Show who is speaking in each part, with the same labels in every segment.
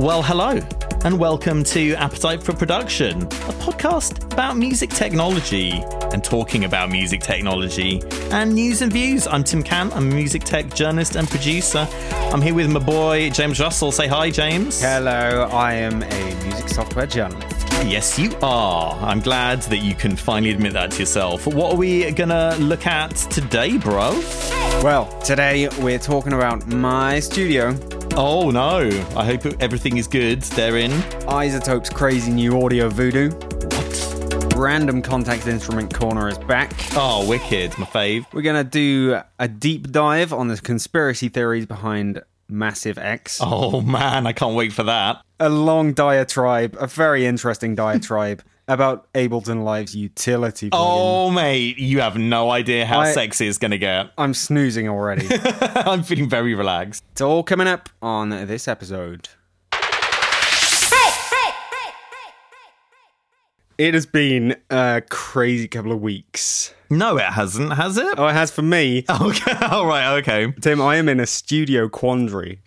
Speaker 1: Well, hello, and welcome to Appetite for Production, a podcast about music technology and talking about music technology and news and views. I'm Tim Can, I'm a music tech journalist and producer. I'm here with my boy James Russell. Say hi, James.
Speaker 2: Hello, I am a music software journalist.
Speaker 1: Yes, you are. I'm glad that you can finally admit that to yourself. What are we gonna look at today, bro?
Speaker 2: Well, today we're talking about my studio,
Speaker 1: Oh no, I hope everything is good therein.
Speaker 2: Isotope's crazy new audio voodoo,
Speaker 1: What?
Speaker 2: Random Contact Instrument Corner is back.
Speaker 1: Oh, wicked, my fave.
Speaker 2: We're going to do a deep dive on the conspiracy theories behind Massive X.
Speaker 1: Oh man, I can't wait for that.
Speaker 2: A long diatribe, a very interesting diatribe about Ableton Live's utility plugin.
Speaker 1: Oh, mate, you have no idea how
Speaker 2: I-
Speaker 1: sexy it's going to get.
Speaker 2: I'm snoozing already.
Speaker 1: I'm feeling very relaxed.
Speaker 2: it's all coming up on this episode. It has been a crazy couple of weeks.
Speaker 1: No, it hasn't, has it?
Speaker 2: Oh, it has for me.
Speaker 1: Okay, all right, okay.
Speaker 2: Tim, I am in a studio quandary.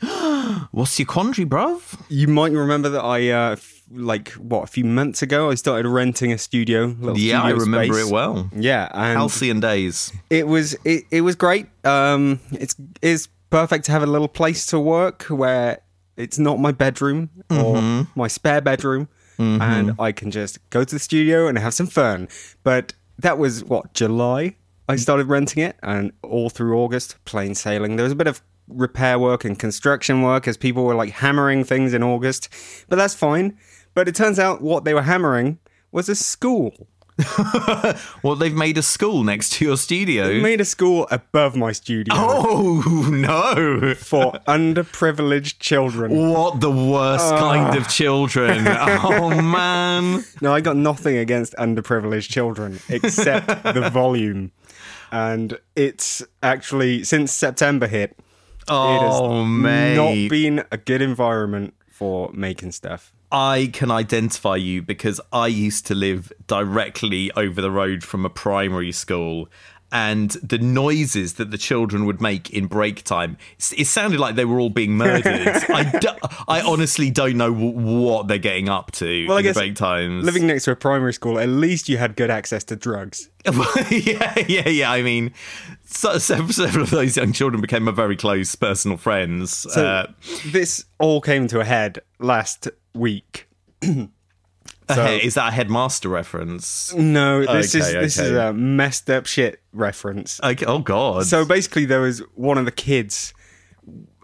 Speaker 1: What's your quandary, bruv?
Speaker 2: You might remember that I, uh, f- like, what, a few months ago, I started renting a studio. Little
Speaker 1: Yeah, I
Speaker 2: studio
Speaker 1: remember
Speaker 2: space.
Speaker 1: it well.
Speaker 2: Yeah, and
Speaker 1: Halcyon days.
Speaker 2: it was it, it was great. Um, it's it's perfect to have a little place to work where it's not my bedroom or my spare bedroom, and I can just go to the studio and have some fun. But that was what July. I started renting it, and all through August, plain sailing. There was a bit of repair work and construction work as people were like hammering things in August, but that's fine. But it turns out what they were hammering was a school.
Speaker 1: Well, they've made a school next to your
Speaker 2: They
Speaker 1: studio.
Speaker 2: made a school above my studio.
Speaker 1: Oh, no.
Speaker 2: for underprivileged children.
Speaker 1: What the worst kind of children. Oh, man.
Speaker 2: No, I got nothing against underprivileged children except the volume. And it's actually since September hit, it has
Speaker 1: Oh,
Speaker 2: not
Speaker 1: mate.
Speaker 2: been a good environment for making stuff.
Speaker 1: I can identify you because I used to live directly over the road from a primary school. And the noises that the children would make in break time, s- it sounded like they were all being murdered. I, do- I honestly don't know w- what they're getting up to
Speaker 2: I
Speaker 1: in the
Speaker 2: guess
Speaker 1: break times.
Speaker 2: Living next to a primary school, at least you had good access to drugs.
Speaker 1: yeah, yeah, yeah. I mean, so, several, several of those young children became my very close personal friends. uh,
Speaker 2: This all came to a head last week. uh,
Speaker 1: ahe- is that a headmaster reference?
Speaker 2: No, this is
Speaker 1: Okay,
Speaker 2: this is
Speaker 1: okay.
Speaker 2: a messed up shit reference.
Speaker 1: Okay, oh, God.
Speaker 2: So basically, there was one of the kids,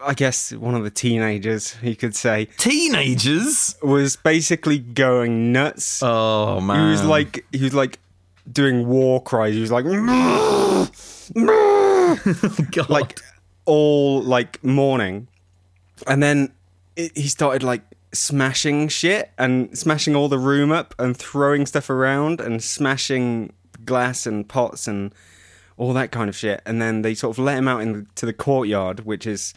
Speaker 2: I guess one of the teenagers, you could say,
Speaker 1: Teenagers?
Speaker 2: was basically going nuts.
Speaker 1: Oh, man.
Speaker 2: he was like, he was like doing war cries. He was like, "Mrrr, mrrr,"
Speaker 1: God.
Speaker 2: like all like morning, and then it, he started like smashing shit and smashing all the room up and throwing stuff around and smashing glass and pots and all that kind of shit. And then they sort of let him out into the courtyard, which is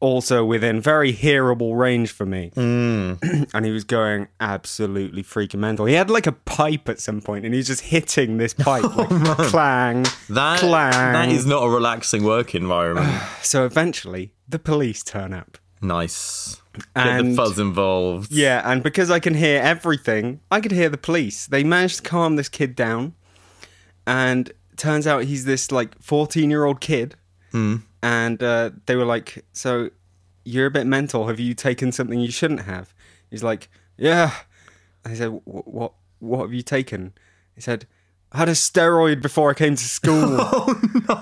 Speaker 2: also within very hearable range for me. and he was going absolutely freaking mental. He had like a pipe at some point, and he was just hitting this pipe like clang,
Speaker 1: that,
Speaker 2: clang.
Speaker 1: that is not a relaxing work environment.
Speaker 2: So eventually, the police turn up.
Speaker 1: nice. Get the
Speaker 2: And-
Speaker 1: fuzz involved.
Speaker 2: Yeah, and because I can hear everything, I could hear the police. They managed to calm this kid down, and turns out he's this like fourteen-year-old kid. And uh, they were like, "So you're a bit mental. Have you taken something you shouldn't have?" He's like, "Yeah." And I said, "Wh- "What? What have you taken?" He said, "I had a steroid before I came to school."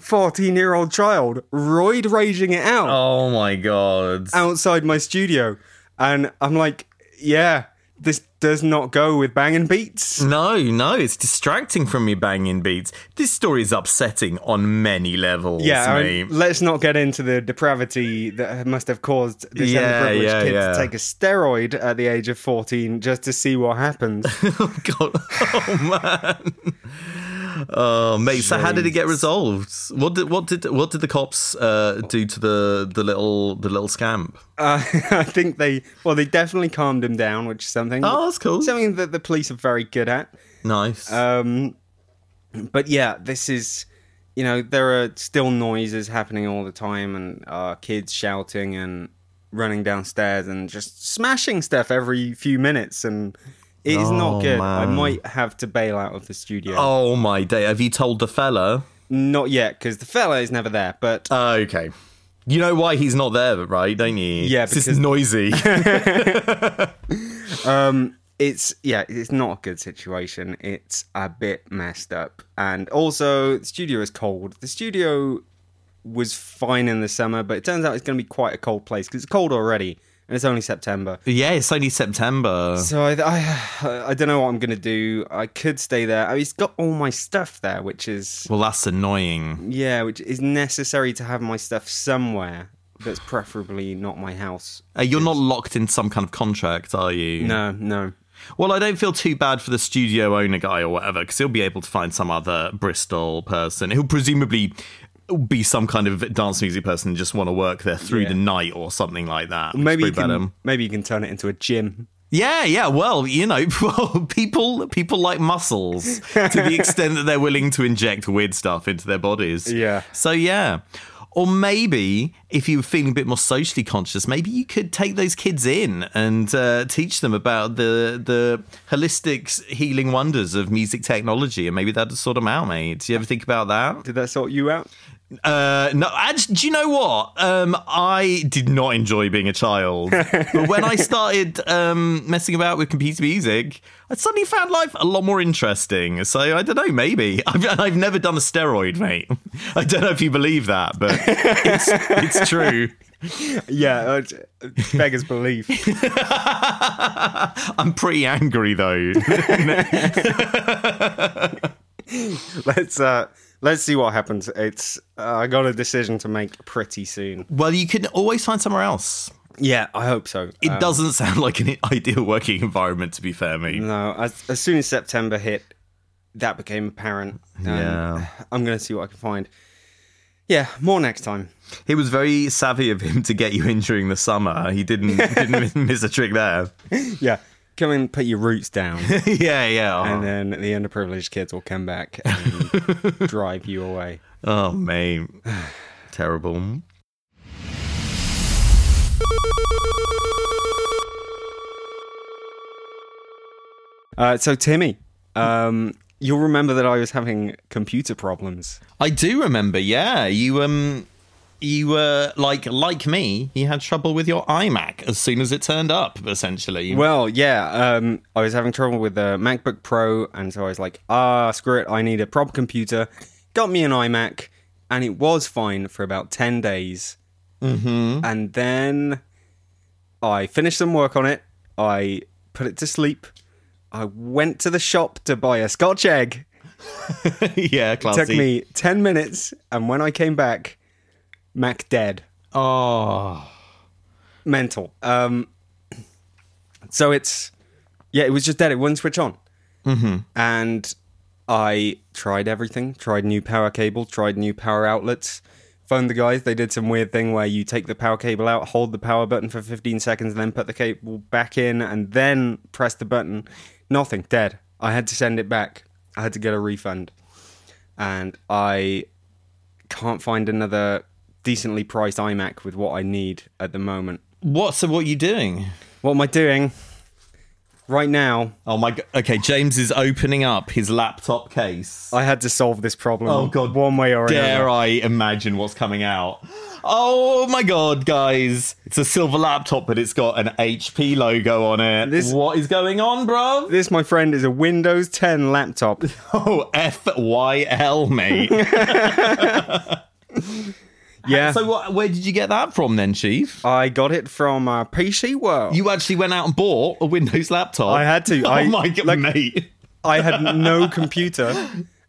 Speaker 2: Fourteen-year-old child, roid raging it out
Speaker 1: Oh my god.
Speaker 2: outside my studio, and I'm like, yeah, this does not go with banging beats.
Speaker 1: No, no, it's distracting from me banging beats. This story is upsetting on many levels.
Speaker 2: Yeah, I
Speaker 1: mate.
Speaker 2: mean, let's not get into the depravity that must have caused this
Speaker 1: Yeah,
Speaker 2: underprivileged
Speaker 1: yeah,
Speaker 2: kid
Speaker 1: yeah.
Speaker 2: to take a steroid at the age of 14 just to see what happens.
Speaker 1: oh god. Oh man. Oh mate, so how did it get resolved? What did what did what did the cops uh, do to the, the little the little scamp?
Speaker 2: uh, I think they, well, they definitely calmed him down, which is something.
Speaker 1: Oh, that's cool.
Speaker 2: Something that the police are very good at.
Speaker 1: Nice.
Speaker 2: Um, but yeah, this is, you know, there are still noises happening all the time and uh, kids shouting and running downstairs and just smashing stuff every few minutes, and it is
Speaker 1: Oh,
Speaker 2: not good. I
Speaker 1: man.
Speaker 2: might have to bail out of the studio.
Speaker 1: Oh my day! Have you told the fella?
Speaker 2: Not yet, because the fella is never there. But
Speaker 1: Uh, okay. You know why he's not there, right? Don't you?
Speaker 2: Yeah,
Speaker 1: it's just
Speaker 2: because-
Speaker 1: noisy.
Speaker 2: it's yeah, it's not a good situation. It's a bit messed up, and also the studio is cold. The studio was fine in the summer, but it turns out it's going to be quite a cold place because it's cold already, and it's only September.
Speaker 1: yeah, it's only September.
Speaker 2: So I, I, I don't know what I'm gonna do. I could stay there. I mean, it's got all my stuff there, which is
Speaker 1: Well, that's annoying.
Speaker 2: yeah, which is necessary to have my stuff somewhere. That's preferably not my house.
Speaker 1: Uh, you're not locked in some kind of contract, are you?
Speaker 2: No, no.
Speaker 1: Well, I don't feel too bad for the studio owner guy or whatever, because he'll be able to find some other Bristol person who'll presumably be some kind of dance music person and just want to work there through
Speaker 2: Yeah.
Speaker 1: the night or something like that. which is
Speaker 2: Maybe you
Speaker 1: probably better.
Speaker 2: can maybe you can turn it into a gym.
Speaker 1: Yeah, yeah. Well, you know, well, people people like muscles to the extent that they're willing to inject weird stuff into their bodies.
Speaker 2: Yeah.
Speaker 1: So yeah. Or maybe if you were feeling a bit more socially conscious, maybe you could take those kids in and uh, teach them about the the holistic s- healing wonders of music technology, and maybe that'd sort them out, mate. Do you ever think about that?
Speaker 2: Did that sort you out?
Speaker 1: Uh, no, actually, do you know what? Um, I did not enjoy being a child, but when I started um, messing about with computer music, I suddenly found life a lot more interesting. So I don't know, maybe I've, I've never done a steroid, mate. I don't know if you believe that, but it's, it's true.
Speaker 2: Yeah, uh, beggars belief.
Speaker 1: I'm pretty angry though.
Speaker 2: Let's uh, let's see what happens. It's uh, I got a decision to make pretty soon.
Speaker 1: well, you can always find somewhere else.
Speaker 2: Yeah, I hope so. Uh,
Speaker 1: It doesn't sound like an ideal working environment, to be fair, mate.
Speaker 2: No, as, as soon as September hit, that became apparent. Um,
Speaker 1: Yeah.
Speaker 2: I'm going to see what I can find. Yeah, more next time.
Speaker 1: It was very savvy of him to get you in during the summer. He didn't didn't miss a trick there.
Speaker 2: Yeah, come and put your roots down,
Speaker 1: yeah, yeah. Oh,
Speaker 2: and then the underprivileged kids will come back and drive you away.
Speaker 1: oh mate, terrible.
Speaker 2: Uh, so, Timmy, um, you'll remember that I was having computer problems.
Speaker 1: I do remember. Yeah, you um, you were like like me. You had trouble with your iMac as soon as it turned up. Essentially,
Speaker 2: Well, yeah, um, I was having trouble with the MacBook Pro, and so I was like, ah, screw it, I need a proper computer. Got me an iMac, and it was fine for about 10 days. Mm-hmm. And then I finished some work on it, I put it to sleep, I went to the shop to buy a scotch egg.
Speaker 1: yeah, classy.
Speaker 2: Took me 10 minutes, and when I came back, Mac dead
Speaker 1: Oh,
Speaker 2: mental. Um, so it's yeah, it was just dead. It wouldn't switch on, mm-hmm. and I tried everything. Tried new power cable. Tried new power outlets. Phoned the guys. They did some weird thing where you take the power cable out, hold the power button for 15 seconds, then put the cable back in, and then press the button. Nothing. Dead. I had to send it back. I had to get a refund, and I can't find another decently priced iMac with what I need at the moment.
Speaker 1: what? So what are you doing?
Speaker 2: What am I doing right now?
Speaker 1: Oh my god. Okay, James is opening up his laptop case.
Speaker 2: I had to solve this problem.
Speaker 1: Oh, God.
Speaker 2: one way or
Speaker 1: Dare
Speaker 2: another.
Speaker 1: I imagine what's coming out? Oh my god, guys. It's a silver laptop, but it's got an HP logo on it.
Speaker 2: This-
Speaker 1: What is going on, bruv?
Speaker 2: This, my friend, is a Windows 10 laptop.
Speaker 1: Oh, FYL, mate.
Speaker 2: Yeah,
Speaker 1: so, what, where did you get that from then, Chief?
Speaker 2: I got it from uh, PC World.
Speaker 1: You actually went out and bought a Windows laptop.
Speaker 2: I had to.
Speaker 1: Oh
Speaker 2: I-
Speaker 1: my god,
Speaker 2: like-
Speaker 1: mate.
Speaker 2: I had no computer,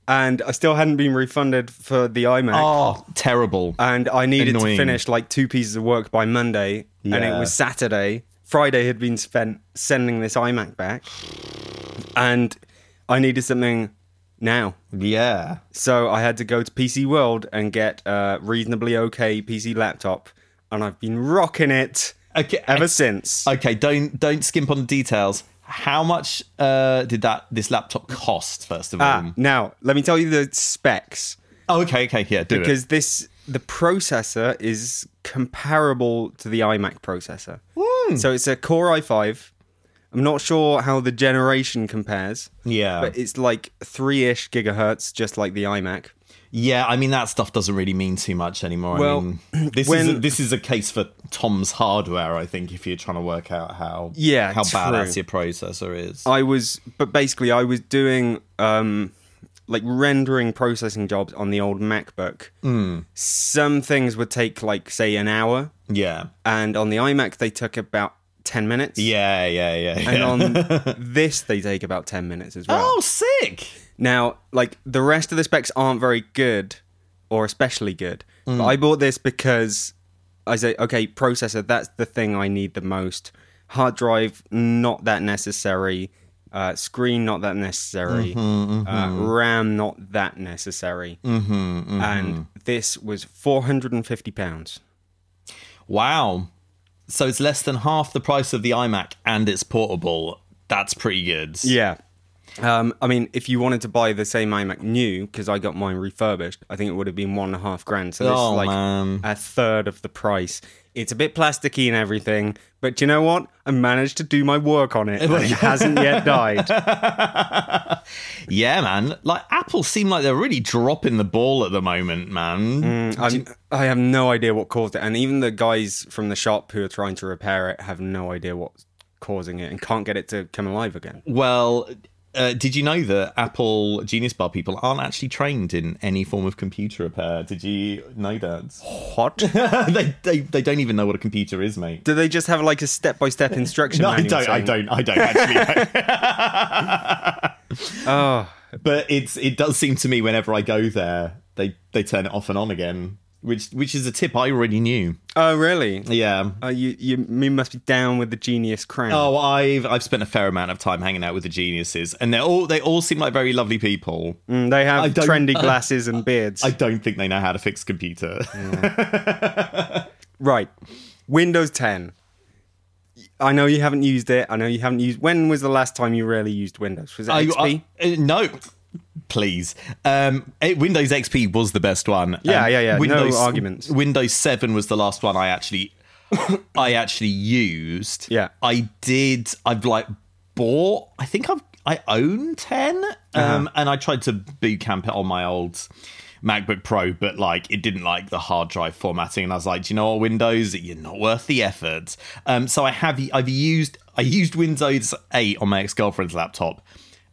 Speaker 2: and I still hadn't been refunded for the iMac.
Speaker 1: Oh, terrible.
Speaker 2: and I needed
Speaker 1: annoying.
Speaker 2: to finish like two pieces of work by Monday, and
Speaker 1: Yeah.
Speaker 2: it was Saturday. Friday had been spent sending this iMac back, and I needed something now.
Speaker 1: yeah.
Speaker 2: So I had to go to PC World and get a reasonably okay PC laptop, and I've been rocking it
Speaker 1: Okay. eh,
Speaker 2: ever since.
Speaker 1: Okay, don't don't skimp on the details. How much uh, did that this laptop cost? First of all,
Speaker 2: Ah, now let me tell you the specs
Speaker 1: oh, okay, okay, yeah, do it.
Speaker 2: because this the processor is comparable to the iMac processor. So it's a Core i5. I'm not sure how the generation compares.
Speaker 1: Yeah.
Speaker 2: But it's like three ish gigahertz, just like the iMac.
Speaker 1: Yeah, I mean that stuff doesn't really mean too much anymore. I
Speaker 2: Well,
Speaker 1: mean, this is a,
Speaker 2: when-
Speaker 1: this is a case for Tom's hardware, I think, if you're trying to work out how
Speaker 2: Yeah,
Speaker 1: how
Speaker 2: true.
Speaker 1: badass your processor is.
Speaker 2: I was, but basically, I was doing um, like rendering processing jobs on the old MacBook.
Speaker 1: Hmm.
Speaker 2: Some things would take like say an hour,
Speaker 1: yeah,
Speaker 2: and on the iMac they took about ten minutes.
Speaker 1: yeah, yeah, yeah. yeah.
Speaker 2: And on this, they take about 10 minutes as well.
Speaker 1: oh, sick!
Speaker 2: Now, like, the rest of the specs aren't very good or especially good. But I bought this because I say, okay, processor, that's the thing I need the most. Hard drive, not that necessary. Uh, screen, not that necessary. Uh, RAM, not that necessary. Mm-hmm, And this was £450.
Speaker 1: Wow. So it's less than half the price of the iMac, and it's portable. That's pretty good.
Speaker 2: Yeah. Um, I mean, if you wanted to buy the same iMac new, because I got mine refurbished, I think it would have been one and a half grand. So this
Speaker 1: Oh,
Speaker 2: is like
Speaker 1: man.
Speaker 2: a third of the price. It's a bit plasticky and everything, but do you know what? I managed to do my work on it, and it hasn't yet died.
Speaker 1: Yeah, man. Like Apple seem like they're really dropping the ball at the moment, man.
Speaker 2: Mm, I'm, I have no idea what caused it, and even the guys from the shop who are trying to repair it have no idea what's causing it and can't get it to come alive again.
Speaker 1: Well, uh, did you know that Apple Genius Bar people aren't actually trained in any form of computer repair? Did you know that?
Speaker 2: What?
Speaker 1: they, they they don't even know what a computer is, mate.
Speaker 2: do they just have like a step-by-step instruction?
Speaker 1: No, I
Speaker 2: manual
Speaker 1: don't. I
Speaker 2: saying-
Speaker 1: don't. I don't actually. oh. But it's it does seem to me whenever I go there, they they turn it off and on again, which which is a tip I already knew.
Speaker 2: Oh, really?
Speaker 1: Yeah.
Speaker 2: Uh, you, you, you must be down with the genius crown.
Speaker 1: Oh, I've I've spent a fair amount of time hanging out with the geniuses, and they are all they all seem like very lovely people.
Speaker 2: Mm, they have
Speaker 1: don't-
Speaker 2: trendy glasses and beards.
Speaker 1: I don't think they know how to fix a computer.
Speaker 2: right, Windows 10. I know you haven't used it. I know you haven't used. When was the last time you really used Windows? Was it
Speaker 1: I-
Speaker 2: XP?
Speaker 1: I- uh, no, please. Um, eh, Windows XP was the best one.
Speaker 2: Yeah,
Speaker 1: Um,
Speaker 2: yeah, yeah. No arguments.
Speaker 1: Windows Seven was the last one I actually, I actually used.
Speaker 2: Yeah.
Speaker 1: I did. I've like bought. I think I've I own 10
Speaker 2: Uh-huh.
Speaker 1: um, and I tried to boot camp it on my old. MacBook Pro, but like it didn't like the hard drive formatting, and I was like, do you know what, Windows, you're not worth the effort. Um, so I have I've used I used Windows 8 on my ex girlfriend's laptop,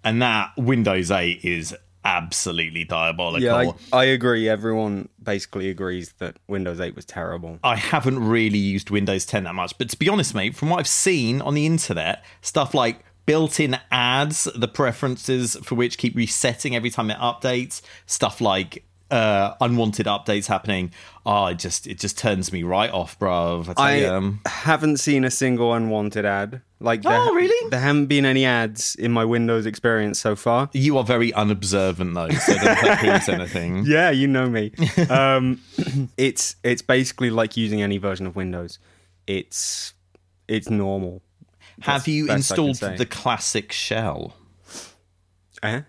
Speaker 1: and that Windows 8 is absolutely diabolical.
Speaker 2: yeah, I, I agree. Everyone basically agrees that Windows 8 was terrible.
Speaker 1: I haven't really used Windows 10 that much. But to be honest, mate, from what I've seen on the internet, stuff like built in ads, the preferences for which keep resetting every time it updates, stuff like uh, unwanted updates happening. Oh, it just it just turns me right off, bruv. I tell
Speaker 2: I
Speaker 1: you, um,
Speaker 2: haven't seen a single unwanted ad. Like, there,
Speaker 1: Oh, really?
Speaker 2: There haven't been any ads in my Windows experience so far.
Speaker 1: you are very unobservant though, so don't think it's anything.
Speaker 2: Yeah, you know me. Um, it's it's basically like using any version of Windows. It's it's normal.
Speaker 1: Have you
Speaker 2: best I can
Speaker 1: installed
Speaker 2: say.
Speaker 1: the classic shell?
Speaker 2: Eh?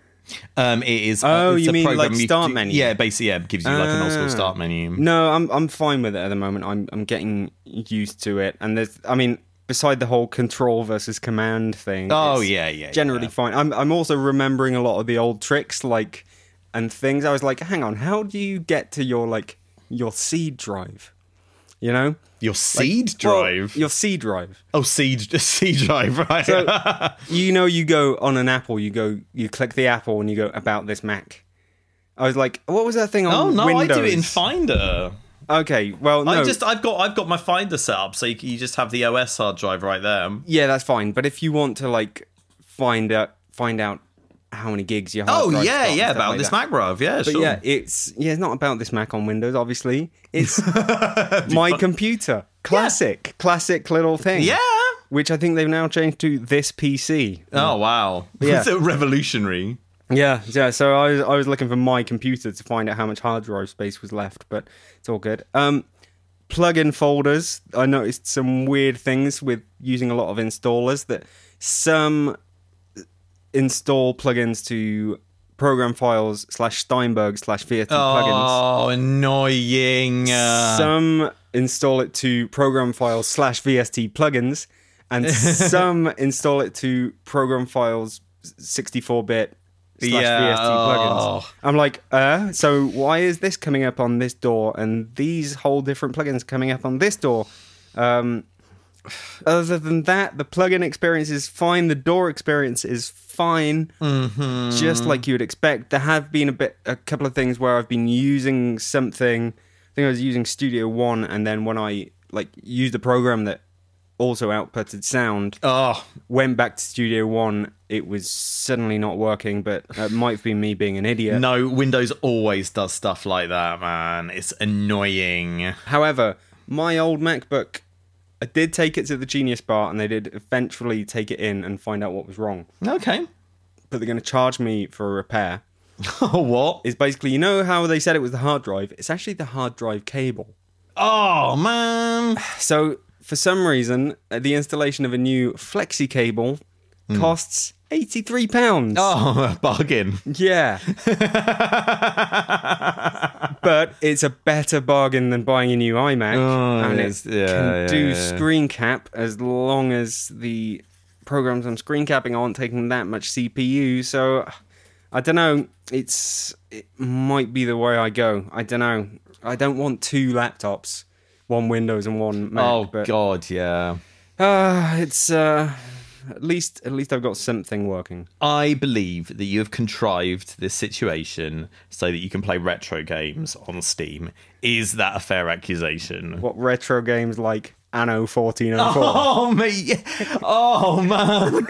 Speaker 1: Um, it is.
Speaker 2: Oh,
Speaker 1: it's
Speaker 2: you
Speaker 1: a
Speaker 2: mean like
Speaker 1: program you
Speaker 2: start
Speaker 1: do-
Speaker 2: menu?
Speaker 1: Yeah, basically, yeah, it gives you like an old
Speaker 2: Ah.
Speaker 1: school start menu.
Speaker 2: No, I'm I'm fine with it at the moment. I'm I'm getting used to it. And there's I mean, beside the whole control versus command thing.
Speaker 1: Oh,
Speaker 2: it's
Speaker 1: yeah, yeah,
Speaker 2: Generally fine. I'm I'm also remembering a lot of the old tricks like and things. I was like, hang on, how do you get to your like your C drive? You know?
Speaker 1: Your seed
Speaker 2: Well,
Speaker 1: drive.
Speaker 2: your C drive.
Speaker 1: Oh, C, C drive, right?
Speaker 2: So you know, you go on an Apple, you go, you click the Apple, and you go about this Mac. I was like, what was that thing on
Speaker 1: oh no,
Speaker 2: Windows?
Speaker 1: I do it in Finder.
Speaker 2: okay, well, no,
Speaker 1: I just I've got I've got my Finder set up, so you, you just have the OS hard drive right there.
Speaker 2: yeah, that's fine. But if you want to like find out, find out how many gigs
Speaker 1: Oh,
Speaker 2: you have.
Speaker 1: Mac bruv, yeah,
Speaker 2: But yeah, it's yeah, it's not about this Mac on Windows. Obviously, it's my computer. Classic, classic little thing. which I think they've now changed to this PC.
Speaker 1: Oh wow,
Speaker 2: Yeah.
Speaker 1: so revolutionary.
Speaker 2: Yeah, yeah. So I was I was looking for my computer to find out how much hard drive space was left, but it's all good. Um, plug-in folders. I noticed some weird things with using a lot of installers that some install plugins to program files slash Steinberg slash VST plugins.
Speaker 1: Oh, annoying. Uh,
Speaker 2: Some install it to program files slash VST plugins, and some install it to program files 64 bit slash
Speaker 1: Yeah,
Speaker 2: VST plugins.
Speaker 1: oh.
Speaker 2: I'm like, uh, so why is this coming up on this door and these whole different plugins coming up on this door? Um, other than that, the plugin experience is fine. The door experience is fine,
Speaker 1: Mm-hmm.
Speaker 2: just like you would expect. There have been a bit, a couple of things where I've been using something. I think I was using Studio One, and then when I like used a program that also outputted sound,
Speaker 1: oh,
Speaker 2: went back to Studio One, it was suddenly not working. But it might be me being an idiot.
Speaker 1: no, Windows always does stuff like that, man. It's annoying.
Speaker 2: However, my old MacBook, I did take it to the Genius Bar, and they did eventually take it in and find out what was wrong.
Speaker 1: Okay.
Speaker 2: but they're going to charge me for a repair
Speaker 1: Oh, what?
Speaker 2: is basically you know how they said it was the hard drive it's actually the hard drive cable
Speaker 1: Oh, man.
Speaker 2: so for some reason uh, the installation of a new flexi cable costs 83 pounds
Speaker 1: Hmm. Oh, bargain.
Speaker 2: yeah but it's a better bargain than buying a new imac
Speaker 1: Oh,
Speaker 2: and
Speaker 1: it's-
Speaker 2: it
Speaker 1: yeah,
Speaker 2: can
Speaker 1: yeah,
Speaker 2: do
Speaker 1: yeah.
Speaker 2: screen cap as long as the programs i'm screen capping aren't taking that much cpu so i don't know it's it might be the way i go i don't know i don't want two laptops one windows and one mac
Speaker 1: Oh,
Speaker 2: but
Speaker 1: God, yeah.
Speaker 2: uh, it's uh, at least at least i've got something working
Speaker 1: I believe that you have contrived this situation so that you can play retro games on Steam. Is that a fair accusation?
Speaker 2: what retro games like anno 1404
Speaker 1: Oh me! Oh man!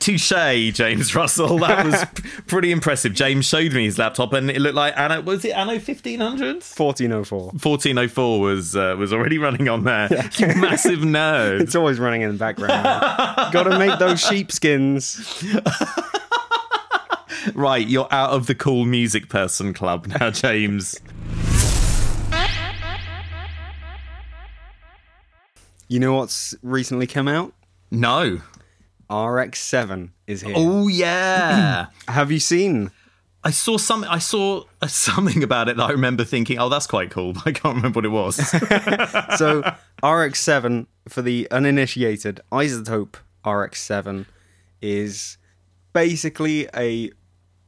Speaker 1: Touche, James Russell. That was p- pretty impressive. James showed me his laptop, and it looked like anno. Was it anno fifteen hundred?
Speaker 2: 1404
Speaker 1: Fourteen oh four was uh, was already running on there. You massive nerd.
Speaker 2: It's always running in the background. Got to make those sheepskins.
Speaker 1: Right, you're out of the cool music person club now, James.
Speaker 2: You know what's recently come out?
Speaker 1: No.
Speaker 2: RX7 is here.
Speaker 1: Oh yeah.
Speaker 2: Have you seen?
Speaker 1: I saw some. I saw uh, something about it that I remember thinking, "Oh, that's quite cool." But I can't remember what it was.
Speaker 2: So RX7 for the uninitiated, Isotope RX7 is basically a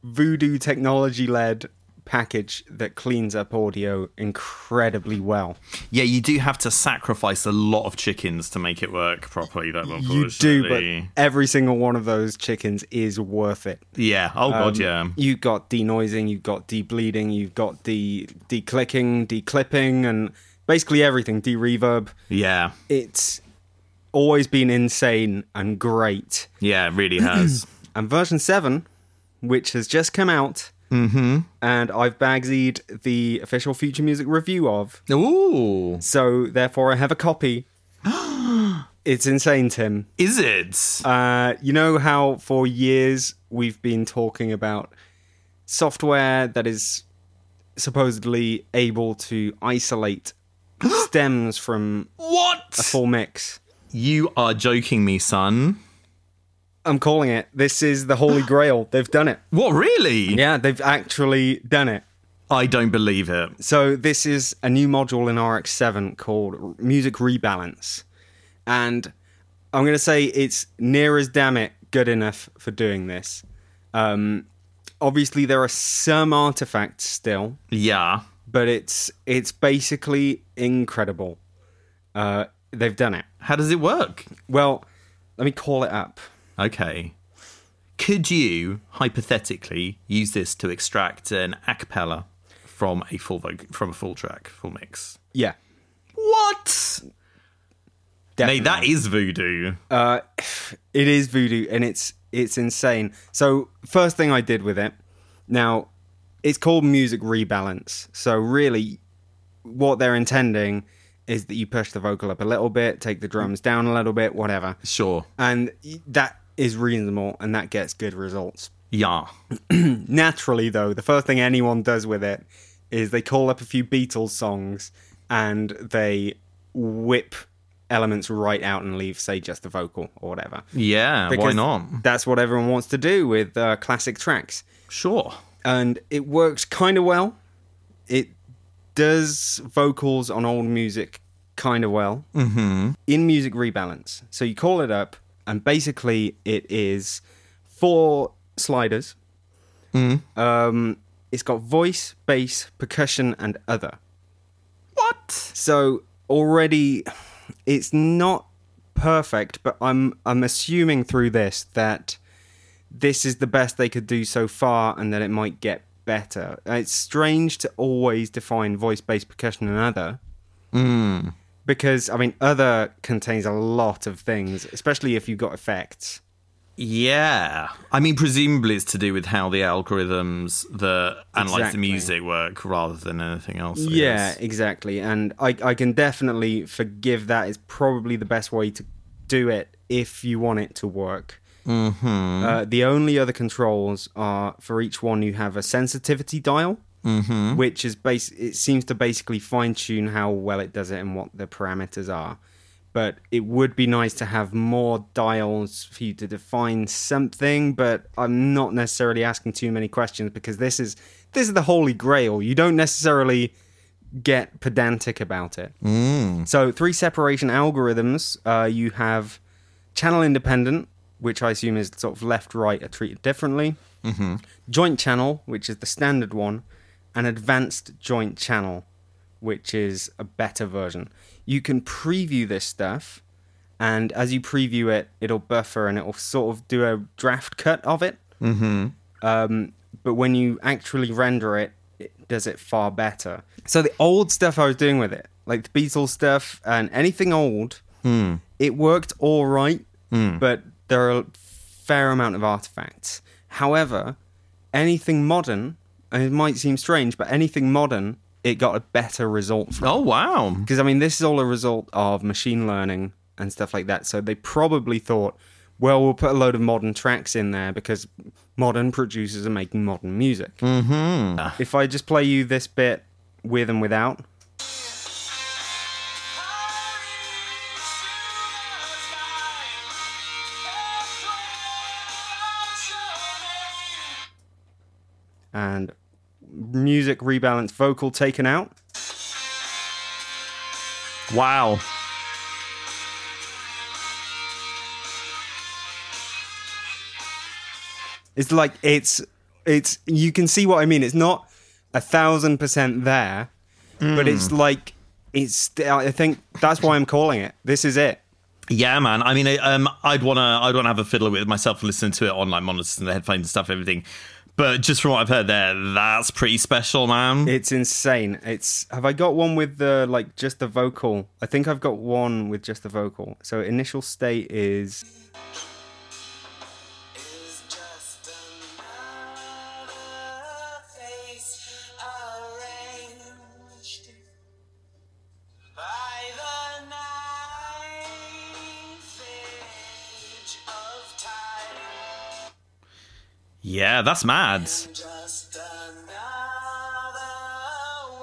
Speaker 2: voodoo technology-led package that cleans up audio incredibly well.
Speaker 1: Yeah, you do have to sacrifice a lot of chickens to make it work properly. That one,
Speaker 2: You do, but every single one of those chickens is worth it.
Speaker 1: yeah. Oh god, yeah.
Speaker 2: You've got denoising, you've got debleeding, you've got de declicking, declipping, and basically everything. De-reverb.
Speaker 1: Yeah,
Speaker 2: It's always been insane and great.
Speaker 1: yeah. It really has.
Speaker 2: And version seven, which has just come out, and I've bagsied the official future music review of.
Speaker 1: Ooh,
Speaker 2: So therefore, I have a copy. it's insane, Tim.
Speaker 1: is it?
Speaker 2: Uh, you know how for years we've been talking about software that is supposedly able to isolate stems from
Speaker 1: what?
Speaker 2: full mix.
Speaker 1: You are joking me, son.
Speaker 2: I'm calling it. This is the holy grail. They've done it.
Speaker 1: What really?
Speaker 2: Yeah, they've actually done it.
Speaker 1: I don't believe it.
Speaker 2: So this is a new module in RX7 called Music Rebalance, and I'm going to say it's near as damn it good enough for doing this. Um, obviously, there are some artifacts still,
Speaker 1: Yeah.
Speaker 2: but it's it's basically incredible. Uh, they've done it.
Speaker 1: How does it work?
Speaker 2: Well, let me call it up.
Speaker 1: Okay. Could you hypothetically use this to extract an a cappella from a full voc from a full track, full mix?
Speaker 2: Yeah,
Speaker 1: What? Mate, that is voodoo.
Speaker 2: Uh, it is voodoo, and it's it's insane. So first thing I did with it, now it's called music rebalance. So really, what they're intending is that you push the vocal up a little bit, take the drums down a little bit, whatever,
Speaker 1: Sure.
Speaker 2: and that is reasonable, and that gets good results.
Speaker 1: Yeah.
Speaker 2: Naturally, though, the first thing anyone does with it is they call up a few Beatles songs and they whip elements right out and leave, say, just the vocal or whatever.
Speaker 1: Yeah, why
Speaker 2: Because
Speaker 1: not?
Speaker 2: That's what everyone wants to do with uh, classic tracks.
Speaker 1: Sure.
Speaker 2: And it works kind of well. It does vocals on old music kind of well. Mm-hmm. In Music Rebalance. So you call it up, and basically it is four sliders.
Speaker 1: Mm.
Speaker 2: Um, it's got voice, bass, percussion, and other.
Speaker 1: What?
Speaker 2: So already, it's not perfect, but I'm I'm assuming through this that this is the best they could do so far, and that it might get better. Uh, It's strange to always define voice based percussion and other. Because I mean, other contains a lot of things, especially if you've got effects.
Speaker 1: Yeah. I mean, presumably it's to do with how the algorithms that analyze
Speaker 2: Exactly.
Speaker 1: the music work rather than anything else. I
Speaker 2: Yeah,
Speaker 1: guess.
Speaker 2: exactly. And I, I can definitely forgive that. It's probably the best way to do it if you want it to work. Mm-hmm. Uh, the only other controls are for each one you have a sensitivity dial, mm-hmm. which is base. It seems to basically fine tune how well it does it and what the parameters are. But it would be nice to have more dials for you to define something. But I'm not necessarily asking too many questions because this is this is the holy grail. You don't necessarily get pedantic about it. So three separation algorithms. Uh, you have channel independent, which I assume is sort of left right are treated differently. Mm-hmm. Joint channel, which is the standard one, and advanced joint channel, which is a better version. You can preview this stuff, and as you preview it, it'll buffer and it'll sort of do a draft cut of it. Um, but when you actually render it, it does it far better. So the old stuff I was doing with it, like the Beatles stuff and anything old, it worked all right, but there are a fair amount of artifacts. However, anything modern, and it might seem strange, but anything modern, it got a better result from.
Speaker 1: Oh, wow.
Speaker 2: Because I mean, this is all a result of machine learning and stuff like that. So they probably thought, well, we'll put a load of modern tracks in there because modern producers are making modern music. Mm-hmm. If I just play you this bit with and without, and music rebalance vocal taken out,
Speaker 1: Wow.
Speaker 2: It's like it's it's you can see what I mean. It's not a thousand percent there, but it's like it's. I think that's why I'm calling it. This is it.
Speaker 1: Yeah, man. I mean, I- um, I'd wanna, I'd wanna have a fiddle with it myself, listen to it on like monitors and the headphones and stuff, everything. But just from what I've heard there, that's pretty special, man.
Speaker 2: It's insane. It's have I got one with the like just the vocal? I think I've got one with just the vocal. So initial state is
Speaker 3: By the ninth age of time,
Speaker 1: yeah, that's mad.
Speaker 3: just another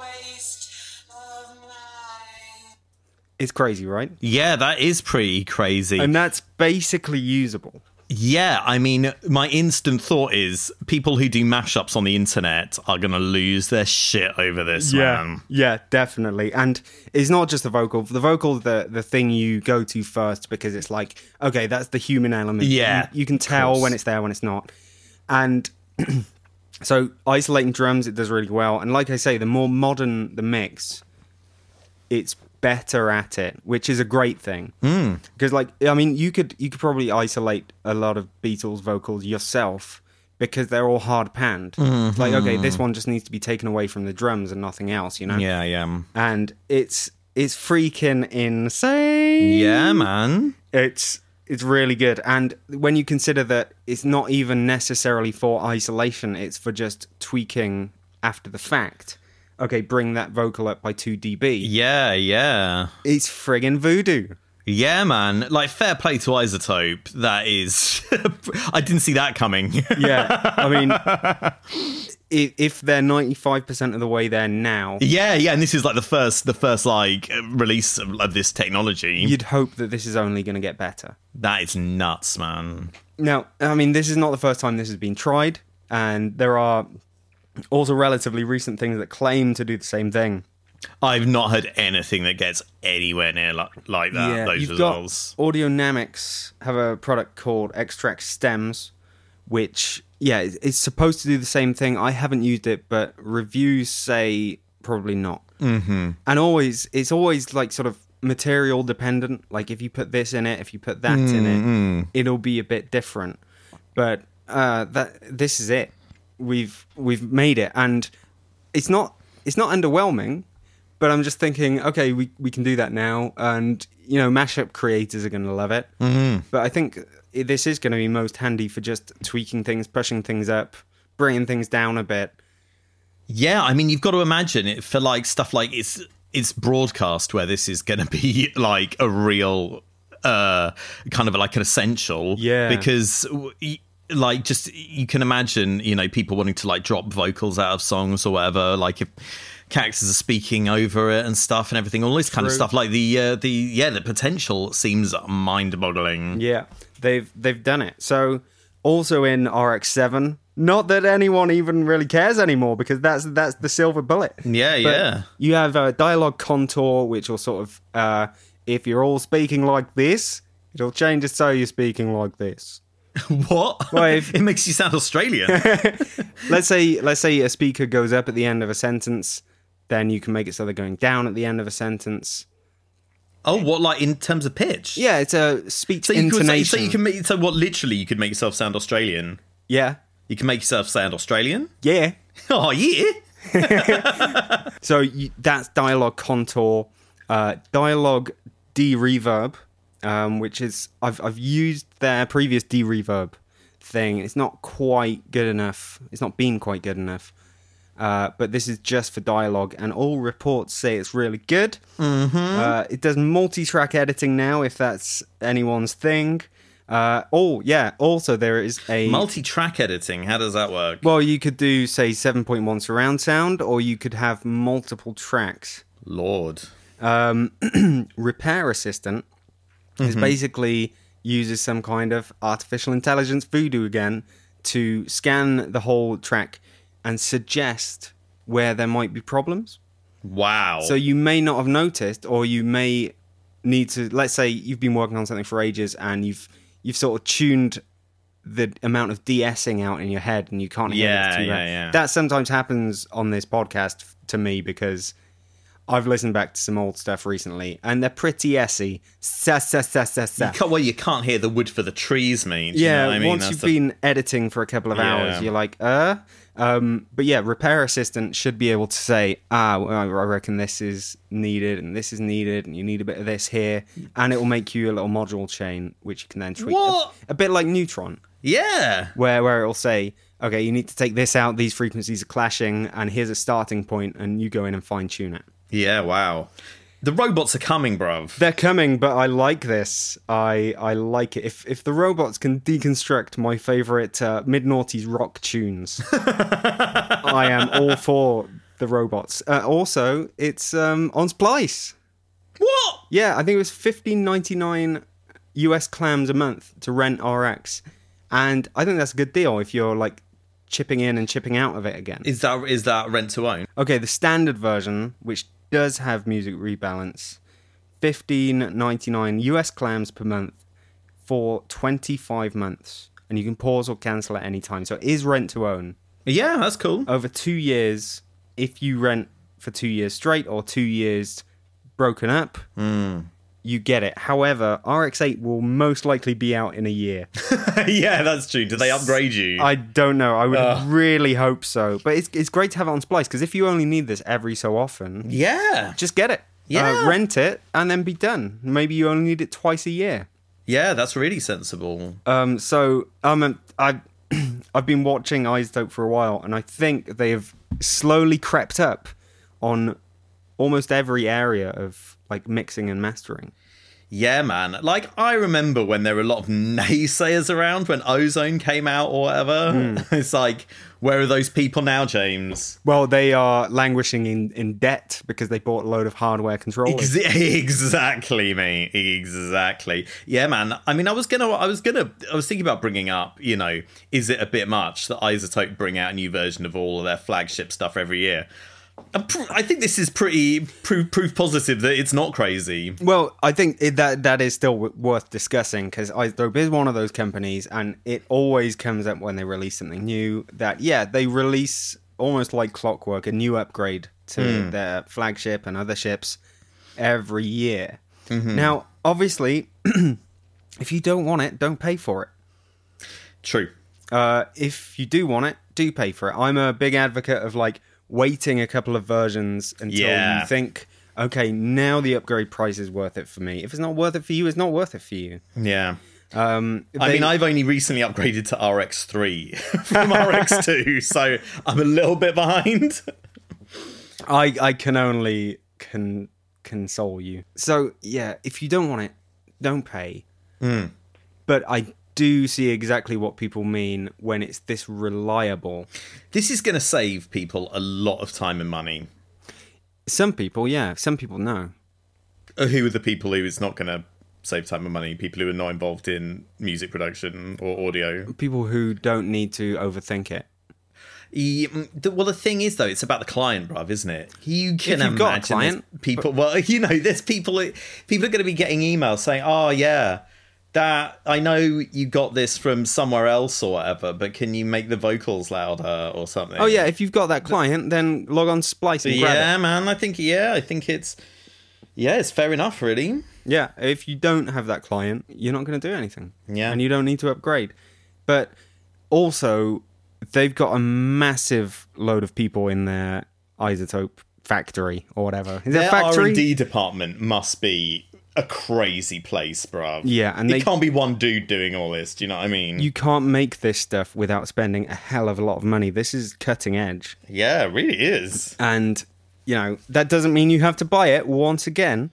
Speaker 3: waste of night.
Speaker 2: it's crazy, right?
Speaker 1: Yeah, that is pretty crazy.
Speaker 2: And that's basically usable.
Speaker 1: Yeah, I mean, my instant thought is people who do mashups on the internet are going to lose their shit over this, man.
Speaker 2: yeah, definitely. And it's not just the vocal. The vocal, the the thing you go to first because it's like, okay, that's the human element.
Speaker 1: Yeah,
Speaker 2: you, you can tell
Speaker 1: course.
Speaker 2: when it's there, when it's not. And so isolating drums, it does really well. And like I say, the more modern the mix, it's better at it, which is a great thing.
Speaker 1: Hmm.
Speaker 2: Because like I mean, you could you could probably isolate a lot of Beatles vocals yourself because they're all hard panned.
Speaker 1: Mm-hmm.
Speaker 2: It's Like okay, this one just needs to be taken away from the drums and nothing else, you know.
Speaker 1: Yeah, yeah.
Speaker 2: And it's it's freaking insane.
Speaker 1: Yeah, man.
Speaker 2: It's it's really good. And when you consider that it's not even necessarily for isolation, it's for just tweaking after the fact. Okay, bring that vocal up by 2 dB.
Speaker 1: Yeah, yeah.
Speaker 2: It's friggin' voodoo.
Speaker 1: Yeah, man. Like, fair play to Isotope. That is. I didn't see that coming.
Speaker 2: yeah i mean i- if they're ninety five percent of the way there now,
Speaker 1: Yeah, yeah, and this is like the first, the first like uh, release of, of this technology.
Speaker 2: you'd hope that this is only going to get better.
Speaker 1: that is nuts, man.
Speaker 2: Now, I mean, this is not the first time this has been tried, and there are also relatively recent things that claim to do the same thing.
Speaker 1: I've not heard anything that gets anywhere near like, like that. those
Speaker 2: you've
Speaker 1: results.
Speaker 2: got Audionamics have a product called Extract Stems, which yeah, it's it's supposed to do the same thing. I haven't used it, but reviews say probably not. Mm-hmm. And always, it's always like sort of material dependent. Like if you put this in it, if you put that
Speaker 1: Mm-hmm.
Speaker 2: in it, it'll be a bit different. But uh, that this is it. We've we've made it, and it's not it's not underwhelming, but I'm just thinking, okay, we we can do that now, and you know, mashup creators are going to love it.
Speaker 1: Mm-hmm.
Speaker 2: But I think i- this is going to be most handy for just tweaking things, pushing things up, bringing things down a bit.
Speaker 1: Yeah, I mean, you've got to imagine it for like stuff like it's it's broadcast where this is going to be like a real uh kind of like an essential.
Speaker 2: Yeah.
Speaker 1: because w- y- like just you can imagine you know people wanting to like drop vocals out of songs or whatever. Like if characters are speaking over it and stuff and everything, all this kind of
Speaker 2: True.
Speaker 1: stuff. Like the uh, the yeah, the potential seems mind-boggling.
Speaker 2: Yeah, they've they've done it. So also in RX7, not that anyone even really cares anymore because that's that's the silver bullet.
Speaker 1: Yeah, yeah.
Speaker 2: You have a dialogue contour, which will sort of uh, if you're all speaking like this, it'll change it so you're speaking like this.
Speaker 1: What?
Speaker 2: Well, if-
Speaker 1: it makes you sound Australian.
Speaker 2: let's say let's say a speaker goes up at the end of a sentence, then you can make it so they're going down at the end of a sentence.
Speaker 1: oh, what like in terms of pitch?
Speaker 2: Yeah, it's a speech
Speaker 1: So you, could, so,
Speaker 2: intonation.
Speaker 1: so you can make so what literally you could make yourself sound Australian.
Speaker 2: yeah,
Speaker 1: You can make yourself sound Australian.
Speaker 2: yeah.
Speaker 1: Oh yeah.
Speaker 2: So you, that's dialogue contour, uh, dialogue de-reverb, um, which is I've I've used their previous de-reverb thing. It's not quite good enough. It's not been quite good enough. Uh, but this is just for dialogue, and all reports say it's really good. Uh, it does multi-track editing now, if that's anyone's thing. Uh, oh yeah. Also, there is a
Speaker 1: Multi-track editing. How does that work?
Speaker 2: well, you could do say 7.1 surround sound, or you could have multiple tracks.
Speaker 1: Lord.
Speaker 2: Um, repair assistant is basically uses some kind of artificial intelligence voodoo again to scan the whole track and suggest where there might be problems.
Speaker 1: Wow.
Speaker 2: So you may not have noticed, or you may need to. Let's say you've been working on something for ages, and you've you've sort of tuned the amount of de-essing out in your head, and you can't hear
Speaker 1: Yeah,
Speaker 2: it too
Speaker 1: yeah,
Speaker 2: loud.
Speaker 1: yeah.
Speaker 2: That sometimes happens on this podcast f- to me because I've listened back to some old stuff recently, and they're pretty essy. Sa sa sa sa sa.
Speaker 1: you can't, well, you can't hear the wood for the trees, mate. Do you know
Speaker 2: Yeah,
Speaker 1: what I mean?
Speaker 2: once
Speaker 1: That's
Speaker 2: you've
Speaker 1: the-
Speaker 2: been editing for a couple of hours,
Speaker 1: Yeah.
Speaker 2: you're like, uh. Um, but yeah, repair assistant should be able to say, ah, well, I reckon this is needed and this is needed, and you need a bit of this here, and it will make you a little module chain which you can then tweak. A,
Speaker 1: What?
Speaker 2: a bit like Neutron,
Speaker 1: yeah.
Speaker 2: where where it'll say, okay, you need to take this out; these frequencies are clashing, and here's a starting point, and you go in and fine tune it.
Speaker 1: Yeah. Wow. The robots are coming, bruv.
Speaker 2: They're coming, but I like this. I I like it. If if the robots can deconstruct my favorite uh, mid noughties rock tunes, I am all for the robots. Uh, also, it's um, on Splice.
Speaker 1: what?
Speaker 2: Yeah, I think it was fifteen ninety nine US clams a month to rent RX, and I think that's a good deal if you're like chipping in and chipping out of it again.
Speaker 1: Is that is that rent to own?
Speaker 2: Okay, the standard version, which does have music rebalance, fifteen ninety nine US clams per month for twenty five months, and you can pause or cancel at any time. So it is rent to own
Speaker 1: Yeah, that's cool.
Speaker 2: over two years. If you rent for two years straight or two years broken up, you get it. However, RX8 will most likely be out in a year.
Speaker 1: yeah, that's true. Do they upgrade you?
Speaker 2: I don't know. I would really hope so. But it's it's great to have it on Splice because if you only need this every so often,
Speaker 1: yeah.
Speaker 2: just get it.
Speaker 1: Yeah.
Speaker 2: Uh, rent it and then be done. Maybe you only need it twice a year.
Speaker 1: Yeah, that's really sensible.
Speaker 2: Um, so um, um, I I've been watching Isotope for a while, and I think they have slowly crept up on almost every area of like mixing and mastering.
Speaker 1: Yeah, man. Like, I remember when there were a lot of naysayers around when Ozone came out or whatever. It's like, where are those people now, James?
Speaker 2: Well, they are languishing in, in debt because they bought a load of hardware controllers.
Speaker 1: Ex- exactly, mate. Exactly. Yeah, man. I mean, I was gonna, I was gonna, I was thinking about bringing up. You know, is it a bit much that Isotope bring out a new version of all of their flagship stuff every year? I'm pr- I think this is pretty proof, proof positive that it's not crazy.
Speaker 2: Well, I think it, that that is still w- worth discussing because Isotope is one of those companies, and it always comes up when they release something new that yeah, they release almost like clockwork a new upgrade to their flagship and other ships every year. Now, obviously, if you don't want it, don't pay for it.
Speaker 1: True.
Speaker 2: Uh, if you do want it, do pay for it. I'm a big advocate of like waiting a couple of versions until
Speaker 1: Yeah.
Speaker 2: you think, okay, now the upgrade price is worth it for me. If it's not worth it for you, it's not worth it for you.
Speaker 1: Yeah.
Speaker 2: Um,
Speaker 1: I
Speaker 2: they-
Speaker 1: mean, I've only recently upgraded to RX3 from RX2, so I'm a little bit behind.
Speaker 2: I, I can only can console you. So yeah, if you don't want it, don't pay. But I do see exactly what people mean when it's this reliable.
Speaker 1: This is going to save people a lot of time and money.
Speaker 2: Some people, yeah, some people know.
Speaker 1: Uh, Who are the people who it's not going to save time and money? People who are not involved in music production or audio.
Speaker 2: People who don't need to overthink it.
Speaker 1: Yeah, mm, th- well, the thing is, though, it's about the client, bruv, isn't it? You can
Speaker 2: you've
Speaker 1: imagine
Speaker 2: got a
Speaker 1: there's
Speaker 2: client,
Speaker 1: people. Well, you know, there's people. People are going to be getting emails saying, "Oh, yeah, that I know you got this from somewhere else or whatever, but can you make the vocals louder or something?"
Speaker 2: Oh yeah, if you've got that client, then log on Splice and grab
Speaker 1: yeah, man. I think yeah, I think it's yeah, it's fair enough, really.
Speaker 2: it. Yeah, if you don't have that client, you're not going to do anything.
Speaker 1: Yeah.
Speaker 2: and you don't need to upgrade. But also, they've got a massive load of people in their isotope factory or whatever. Is
Speaker 1: Their
Speaker 2: that factory?
Speaker 1: R and D department must be a crazy place, bruv.
Speaker 2: Yeah, and
Speaker 1: it
Speaker 2: they-
Speaker 1: can't be one dude doing all this. Do you know what I mean?
Speaker 2: You can't make this stuff without spending a hell of a lot of money. This is cutting edge,
Speaker 1: yeah, it really is.
Speaker 2: and you know that doesn't mean you have to buy it once again.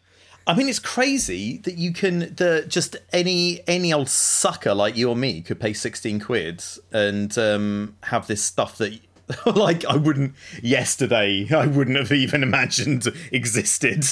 Speaker 1: I mean, it's crazy that you can the just any any old sucker like you or me could pay sixteen quid and um, have this stuff that like I wouldn't yesterday I wouldn't have even imagined existed.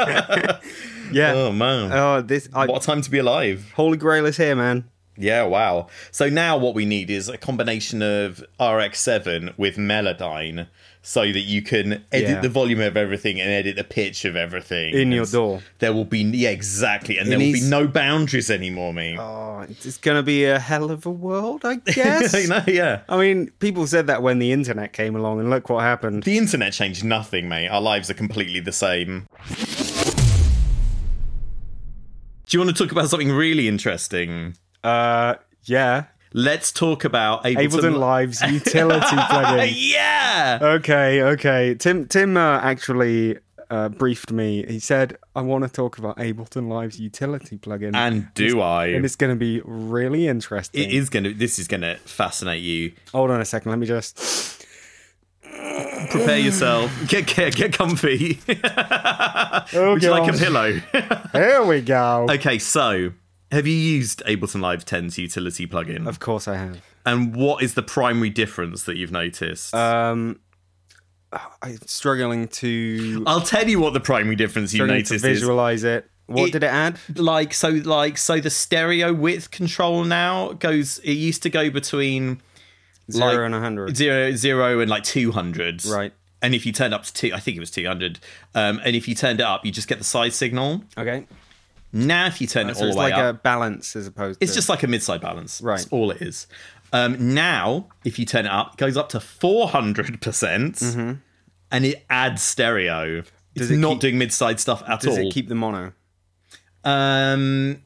Speaker 2: Yeah.
Speaker 1: oh man,
Speaker 2: Oh, this I,
Speaker 1: what a time to be alive!
Speaker 2: Holy Grail is here, man.
Speaker 1: Yeah, wow. So now what we need is a combination of RX7 with Melodyne. So that you can edit
Speaker 2: Yeah.
Speaker 1: the volume of everything and edit the pitch of everything
Speaker 2: In your
Speaker 1: And
Speaker 2: door.
Speaker 1: There will be yeah exactly, and there will
Speaker 2: needs-
Speaker 1: be no boundaries anymore, mate.
Speaker 2: Oh, it's going to be a hell of a world, I guess.
Speaker 1: you know, yeah.
Speaker 2: I mean, people said that when the internet came along, and look what happened.
Speaker 1: The internet changed nothing, mate. Our lives are completely the same. Do you want to talk about something really interesting?
Speaker 2: Uh, yeah,
Speaker 1: Let's talk about Ableton,
Speaker 2: Ableton Oh, Live's utility plugin.
Speaker 1: yeah.
Speaker 2: Okay, okay. Tim, Tim uh, actually uh, briefed me. He said, "I want to talk about Ableton Live's utility plugin,
Speaker 1: and do I?
Speaker 2: and it's going to be really interesting."
Speaker 1: It is gonna. This is gonna fascinate you.
Speaker 2: Hold on a second. Let me just.
Speaker 1: Prepare yourself. Get get get comfy.
Speaker 2: Oh,
Speaker 1: Would you like a
Speaker 2: gosh.
Speaker 1: pillow?
Speaker 2: There we go.
Speaker 1: okay. So, have you used Ableton Live 10's utility plugin?
Speaker 2: Of course, I have.
Speaker 1: And what is the primary difference that you've noticed?
Speaker 2: Um, I'm struggling to
Speaker 1: I'll tell you what the primary difference you
Speaker 2: struggling to
Speaker 1: noticed is.
Speaker 2: visualize it. What
Speaker 1: It-
Speaker 2: did it add?
Speaker 1: Like so, like so, the stereo width control now goes. It used to go between
Speaker 2: Zero
Speaker 1: like,
Speaker 2: and a hundred.
Speaker 1: zero, zero, and like two hundred.
Speaker 2: Right.
Speaker 1: And if you turned up to two, I think it was two hundred. Um, and if you turned it up, you just get the side signal.
Speaker 2: Okay.
Speaker 1: Now, if you turn it
Speaker 2: So
Speaker 1: all
Speaker 2: it's
Speaker 1: the way
Speaker 2: like
Speaker 1: up,
Speaker 2: a balance as opposed
Speaker 1: It's
Speaker 2: to
Speaker 1: just like a mid-side balance.
Speaker 2: Right.
Speaker 1: That's all it is. Um, now, if you turn it up, it goes up to 400%. percent And it adds stereo.
Speaker 2: Mm-hmm.
Speaker 1: it's
Speaker 2: Does it
Speaker 1: not
Speaker 2: keep-
Speaker 1: doing mid-side stuff at
Speaker 2: does
Speaker 1: all.
Speaker 2: it keep the mono?
Speaker 1: um,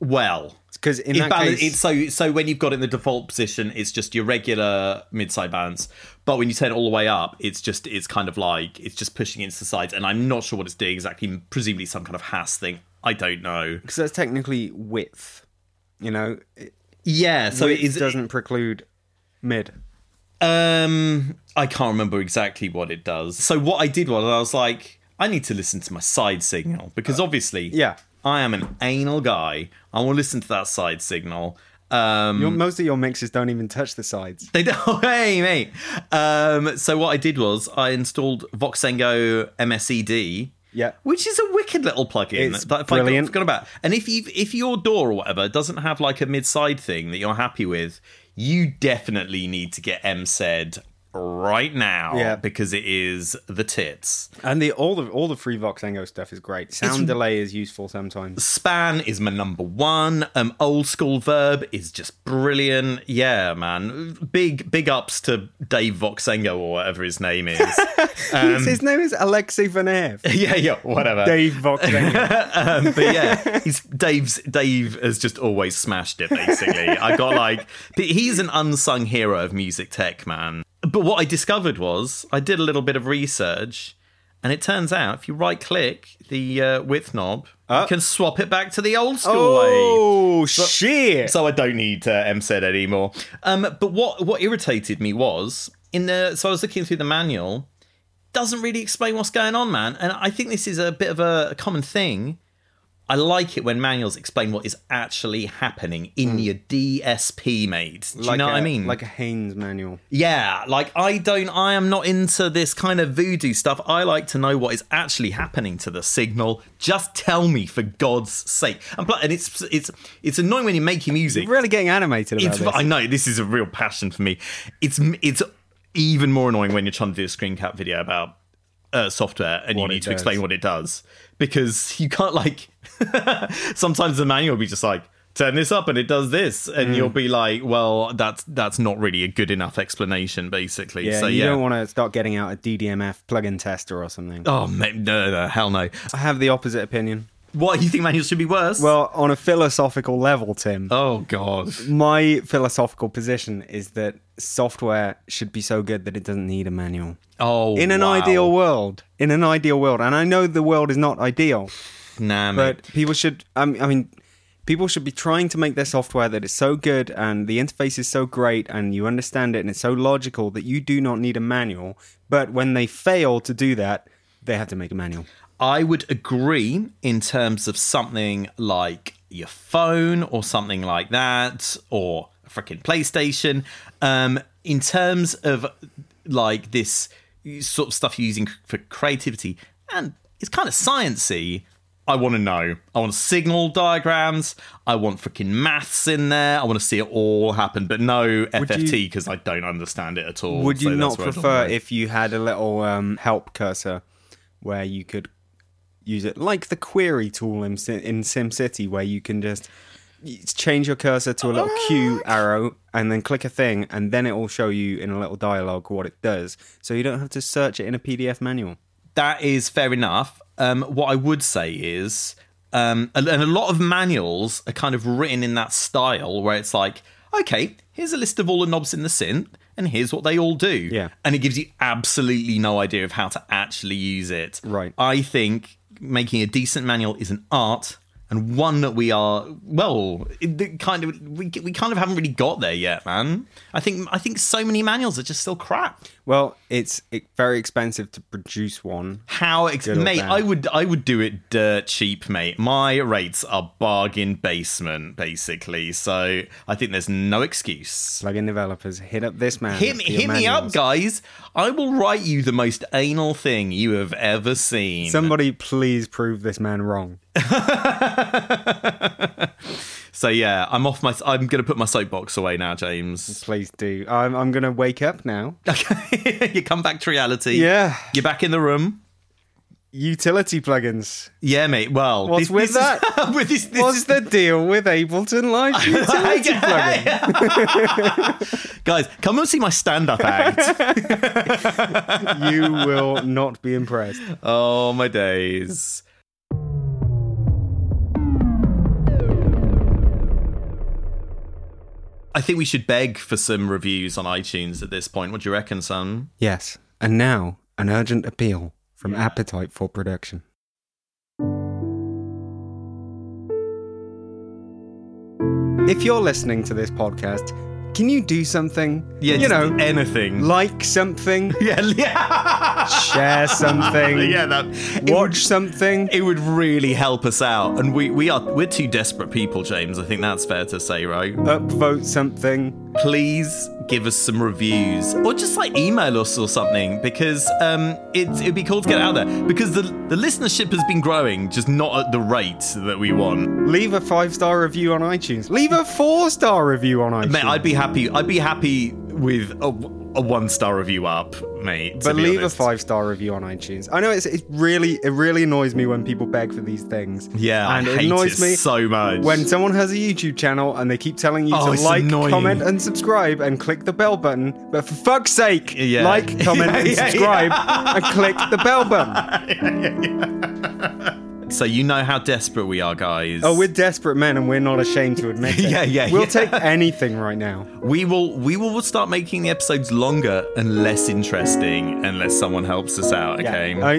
Speaker 1: well,
Speaker 2: Because in
Speaker 1: it
Speaker 2: that
Speaker 1: balan-
Speaker 2: case,
Speaker 1: it's so so when you've got it in the default position, it's just your regular mid-side balance. But when you turn it all the way up, it's just it's kind of like it's just pushing it to the sides. And I'm not sure what it's doing exactly. Presumably some kind of Hass thing. I don't know.
Speaker 2: because that's technically width. You know, it,
Speaker 1: Yeah, so
Speaker 2: width
Speaker 1: it is
Speaker 2: doesn't preclude mid.
Speaker 1: Um, I can't remember exactly what it does. So what I did was I was like, I need to listen to my side signal because obviously,
Speaker 2: Uh, yeah.
Speaker 1: I am an anal guy. I will listen to that side signal. Um,
Speaker 2: Your, most of your mixes don't even touch the sides.
Speaker 1: they don't. Hey, mate. Um, so what I did was I installed Voxengo E MSED.
Speaker 2: Yeah.
Speaker 1: Which is a wicked little plugin
Speaker 2: It's
Speaker 1: that I
Speaker 2: brilliant.
Speaker 1: forgot about. And if you if your door or whatever doesn't have like a mid side thing that you're happy with, you definitely need to get M said right now.
Speaker 2: Yeah.
Speaker 1: Because it is the tits.
Speaker 2: And the all the all the free Voxengo stuff is great. Sound delay is useful sometimes.
Speaker 1: Span is my number one. Um, old school verb is just brilliant. Yeah, man. Big big ups to Dave Voxengo or whatever his name is.
Speaker 2: his,
Speaker 1: um,
Speaker 2: his name is Alexei Vanev.
Speaker 1: yeah, yeah, whatever.
Speaker 2: Dave Voxengo.
Speaker 1: Um, but yeah, he's Dave's. Dave has just always smashed it. Basically, I got like but he's an unsung hero of music tech, man. But what I discovered was I did a little bit of research, and it turns out if you right click the uh, width knob, you can swap it back to the old school way.
Speaker 2: oh shit!
Speaker 1: So I don't need uh, MSED anymore. Um, but what what irritated me was in the so I was looking through the manual. Doesn't really explain what's going on, man. And I think this is a bit of a, a common thing. I like it when manuals explain what is actually happening in your DSP, mate. Do you know
Speaker 2: a,
Speaker 1: what I mean?
Speaker 2: Hmm. Like a Haynes manual.
Speaker 1: Yeah, like I don't, I am not into this kind of voodoo stuff. I like to know what is actually happening to the signal. Just tell me, for God's sake. And, pl- and it's it's it's annoying when you're making music.
Speaker 2: Really getting animated about
Speaker 1: It's,
Speaker 2: this.
Speaker 1: I know this is a real passion for me. It's it's even more annoying when you're trying to do a screen cap video about uh, software and you
Speaker 2: What it
Speaker 1: need to
Speaker 2: does.
Speaker 1: explain what it does because you can't like. sometimes the manual will be just like turn this up and it does this, and
Speaker 2: Mm.
Speaker 1: you'll be like, well, that's that's not really a good enough explanation, basically.
Speaker 2: yeah,
Speaker 1: so
Speaker 2: you
Speaker 1: yeah.
Speaker 2: don't want to start getting out a DDMF plugin tester or something.
Speaker 1: Oh man, no, no, hell no!
Speaker 2: I have the opposite opinion.
Speaker 1: What you think manuals should be worse?
Speaker 2: Well, on a philosophical level, Tim,
Speaker 1: oh god,
Speaker 2: my philosophical position is that software should be so good that it doesn't need a manual.
Speaker 1: oh
Speaker 2: In an
Speaker 1: wow.
Speaker 2: ideal world, in an ideal world, and I know the world is not ideal,
Speaker 1: nah, mate.
Speaker 2: but people should. Um, I mean, people should be trying to make their software that is so good and the interface is so great and you understand it and it's so logical that you do not need a manual. But when they fail to do that, they have to make a manual.
Speaker 1: I would agree in terms of something like your phone or something like that, or a freaking PlayStation. Um, in terms of like this sort of stuff you're using for creativity, and it's kind of sciencey. I want to know. I want signal diagrams. I want freaking maths in there. I want to see it all happen, but no FFT because I don't understand it at all.
Speaker 2: Would you
Speaker 1: so that's
Speaker 2: not
Speaker 1: where I don't
Speaker 2: prefer
Speaker 1: know.
Speaker 2: if you had a little um, help cursor where you could use it like the query tool in, Sim- in SimCity, where you can just y- change your cursor to a little Q arrow and then click a thing, and then it will show you in a little dialogue what it does, so you don't have to search it in a PDF manual.
Speaker 1: that is fair enough. Um, what I would say is, um, and and a lot of manuals are kind of written in that style where it's like, okay, here's a list of all the knobs in the synth, and here's what they all do.
Speaker 2: Yeah.
Speaker 1: And it gives you absolutely no idea of how to actually use it.
Speaker 2: Right.
Speaker 1: I think making a decent manual is an art. And one that we are well, it- the kind of we, we kind of haven't really got there yet, man. I think I think so many manuals are just still crap.
Speaker 2: Well, it's it, very expensive to produce one.
Speaker 1: How ex-
Speaker 2: old
Speaker 1: mate,
Speaker 2: band.
Speaker 1: I would I would do it dirt cheap, mate. My rates are bargain basement, basically. So I think there's no excuse.
Speaker 2: Plugin developers, hit up this man.
Speaker 1: Hit, me-
Speaker 2: for your
Speaker 1: hit me up,
Speaker 2: manuals.
Speaker 1: guys. I will write you the most anal thing you have ever seen.
Speaker 2: Somebody, please prove this man wrong.
Speaker 1: so yeah, I'm off my. I'm gonna put my soapbox away now, James.
Speaker 2: Please do. I'm, I'm going to wake up now.
Speaker 1: Okay, you come back to reality.
Speaker 2: Yeah.
Speaker 1: you're back in the room.
Speaker 2: utility plugins.
Speaker 1: Yeah, mate. Well,
Speaker 2: What's
Speaker 1: this,
Speaker 2: with
Speaker 1: this is- with this, this
Speaker 2: What's
Speaker 1: is-
Speaker 2: the deal with Ableton Live utility plugin?
Speaker 1: guys, come and see my stand-up act.
Speaker 2: You will not be impressed.
Speaker 1: Oh my days. I think we should beg for some reviews on iTunes at this point. What do you reckon, son?
Speaker 2: Yes, and now an urgent appeal from Appetite for Production. If you're listening to this podcast, can you do something? you
Speaker 1: just
Speaker 2: know,
Speaker 1: anything.
Speaker 2: like something,
Speaker 1: yeah, yeah.
Speaker 2: share something.
Speaker 1: yeah, that it would-
Speaker 2: Watch something.
Speaker 1: It would really help us out, and we, we are we're two desperate people, James. I think that's fair to say, right?
Speaker 2: Upvote something.
Speaker 1: Please give us some reviews, or just like email us or something, because um, it, it'd be cool to get it out there. Because the the listenership has been growing, just not at the rate that we want.
Speaker 2: Leave a five star review on iTunes. Leave a four star review on iTunes.
Speaker 1: Mate, I'd be happy. I'd be happy with a, a one star review up, mate. to
Speaker 2: but
Speaker 1: be
Speaker 2: leave
Speaker 1: honest.
Speaker 2: a five star review on iTunes. I know it's it really it really annoys me when people beg for these things.
Speaker 1: Yeah, I
Speaker 2: and
Speaker 1: hate
Speaker 2: it annoys
Speaker 1: it
Speaker 2: me
Speaker 1: so much.
Speaker 2: when someone has a YouTube channel and they keep telling you
Speaker 1: Oh,
Speaker 2: to
Speaker 1: it's
Speaker 2: like,
Speaker 1: annoying.
Speaker 2: comment, and subscribe, and click the bell button. But for fuck's sake,
Speaker 1: Yeah.
Speaker 2: like, comment,
Speaker 1: Yeah,
Speaker 2: and
Speaker 1: yeah,
Speaker 2: subscribe, and click the bell button.
Speaker 1: so you know how desperate we are, guys.
Speaker 2: Oh, we're desperate men, and we're not ashamed to admit it.
Speaker 1: Yeah, yeah,
Speaker 2: We'll
Speaker 1: yeah.
Speaker 2: take anything right now.
Speaker 1: We will we will start making the episodes longer and less interesting unless someone helps us out, okay?
Speaker 2: I,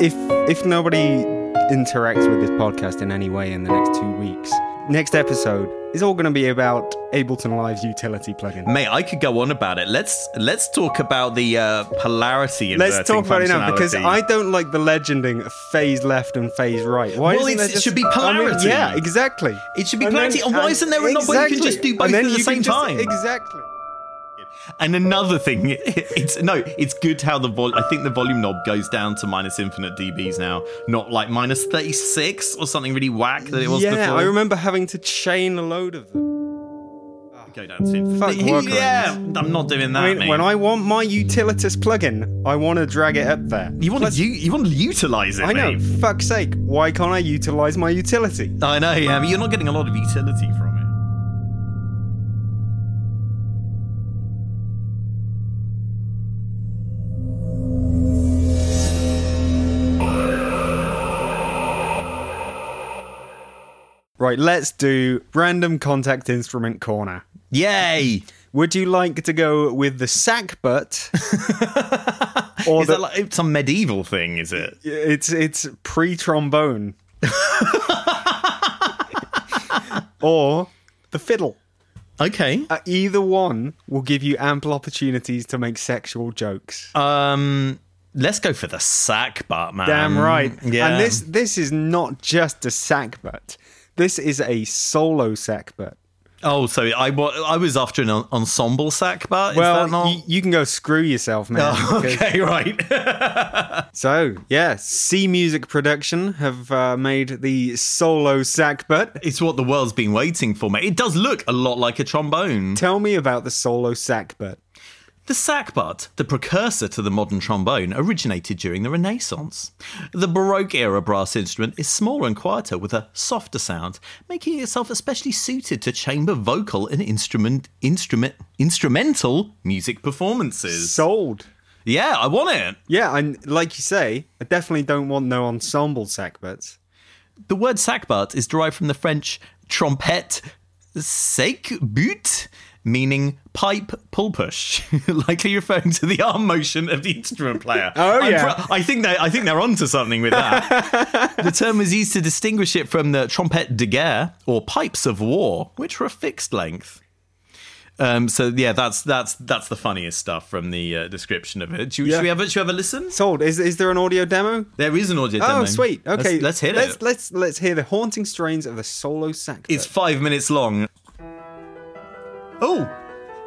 Speaker 2: if if nobody interacts with this podcast in any way in the next two weeks, next episode is all going to be about Ableton Live's utility plugin.
Speaker 1: Mate, I could go on about it. Let's let's talk about the uh, polarity.
Speaker 2: Let's
Speaker 1: inverting
Speaker 2: talk about it now because
Speaker 1: functionality.
Speaker 2: I don't like the legending of phase left and phase right. Why
Speaker 1: Well,
Speaker 2: isn't
Speaker 1: it's-
Speaker 2: there
Speaker 1: it should be
Speaker 2: I mean,
Speaker 1: polarity.
Speaker 2: yeah, exactly.
Speaker 1: It should be polarity, and why isn't there a knob where you can just do both
Speaker 2: and then
Speaker 1: at the
Speaker 2: you can
Speaker 1: same
Speaker 2: just-
Speaker 1: time?
Speaker 2: Exactly.
Speaker 1: and another thing, it's no, it's good how the vol. I think the volume knob goes down to minus infinite dBs now, not like minus thirty six or something really whack that it was
Speaker 2: yeah,
Speaker 1: before.
Speaker 2: I remember having to chain a load of them.
Speaker 1: Go down to
Speaker 2: Fuck workarounds.
Speaker 1: yeah. I'm not doing that.
Speaker 2: I mean,
Speaker 1: mate.
Speaker 2: when I want my utilitas plugin, I want to drag it up there.
Speaker 1: you want to you, you want to utilize it.
Speaker 2: I know.
Speaker 1: mate.
Speaker 2: Fuck's sake. Why can't I utilize my utility?
Speaker 1: I know, yeah, but you're not getting a lot of utility from it.
Speaker 2: Right, let's do random contact instrument corner.
Speaker 1: Yay!
Speaker 2: Would you like to go with the sack butt? or
Speaker 1: Is
Speaker 2: the,
Speaker 1: that like some medieval thing, is it?
Speaker 2: it's it's pre trombone. or the fiddle.
Speaker 1: Okay.
Speaker 2: Uh, either one will give you ample opportunities to make sexual jokes.
Speaker 1: Um let's go for the sack butt, man.
Speaker 2: Damn right.
Speaker 1: Yeah.
Speaker 2: And this this is not just a sack butt. This is a solo sack butt.
Speaker 1: Oh, so I, wa- I was after an en- ensemble sack butt.
Speaker 2: Well,
Speaker 1: is that not? Oh,
Speaker 2: y- you can go screw yourself, man. because-
Speaker 1: okay, right.
Speaker 2: So, yeah, C Music Production have uh, made the solo sack butt.
Speaker 1: it's what the world's been waiting for, mate. It does look a lot like a trombone.
Speaker 2: Tell me about the solo sack butt.
Speaker 1: The sackbut, the precursor to the modern trombone, originated during the Renaissance. The Baroque era brass instrument is smaller and quieter with a softer sound, making itself especially suited to chamber vocal and instrument instrument instrumental music performances.
Speaker 2: Sold.
Speaker 1: yeah, I want it.
Speaker 2: Yeah, and like you say, I definitely don't want no ensemble sack butts.
Speaker 1: The word sackbut is derived from the French trompette sac-but, meaning pipe pull push, likely referring to the arm motion of the instrument player.
Speaker 2: Oh,
Speaker 1: I'm
Speaker 2: yeah.
Speaker 1: I think they I think they're onto something with that. the term was used to distinguish it from the trompette de guerre or pipes of war, which were a fixed length. Um, so yeah, that's that's that's the funniest stuff from the uh, description of it. Should, we
Speaker 2: Yeah.
Speaker 1: should we have a, should we have a listen?
Speaker 2: Sold. Is, is there an audio demo?
Speaker 1: There is an audio demo.
Speaker 2: Oh, sweet.
Speaker 1: Let's-
Speaker 2: Okay,
Speaker 1: let's, hit
Speaker 2: let's,
Speaker 1: it.
Speaker 2: Let's let's hear the haunting strains of the solo sack.
Speaker 1: It's
Speaker 2: butt.
Speaker 1: five minutes long. Oh,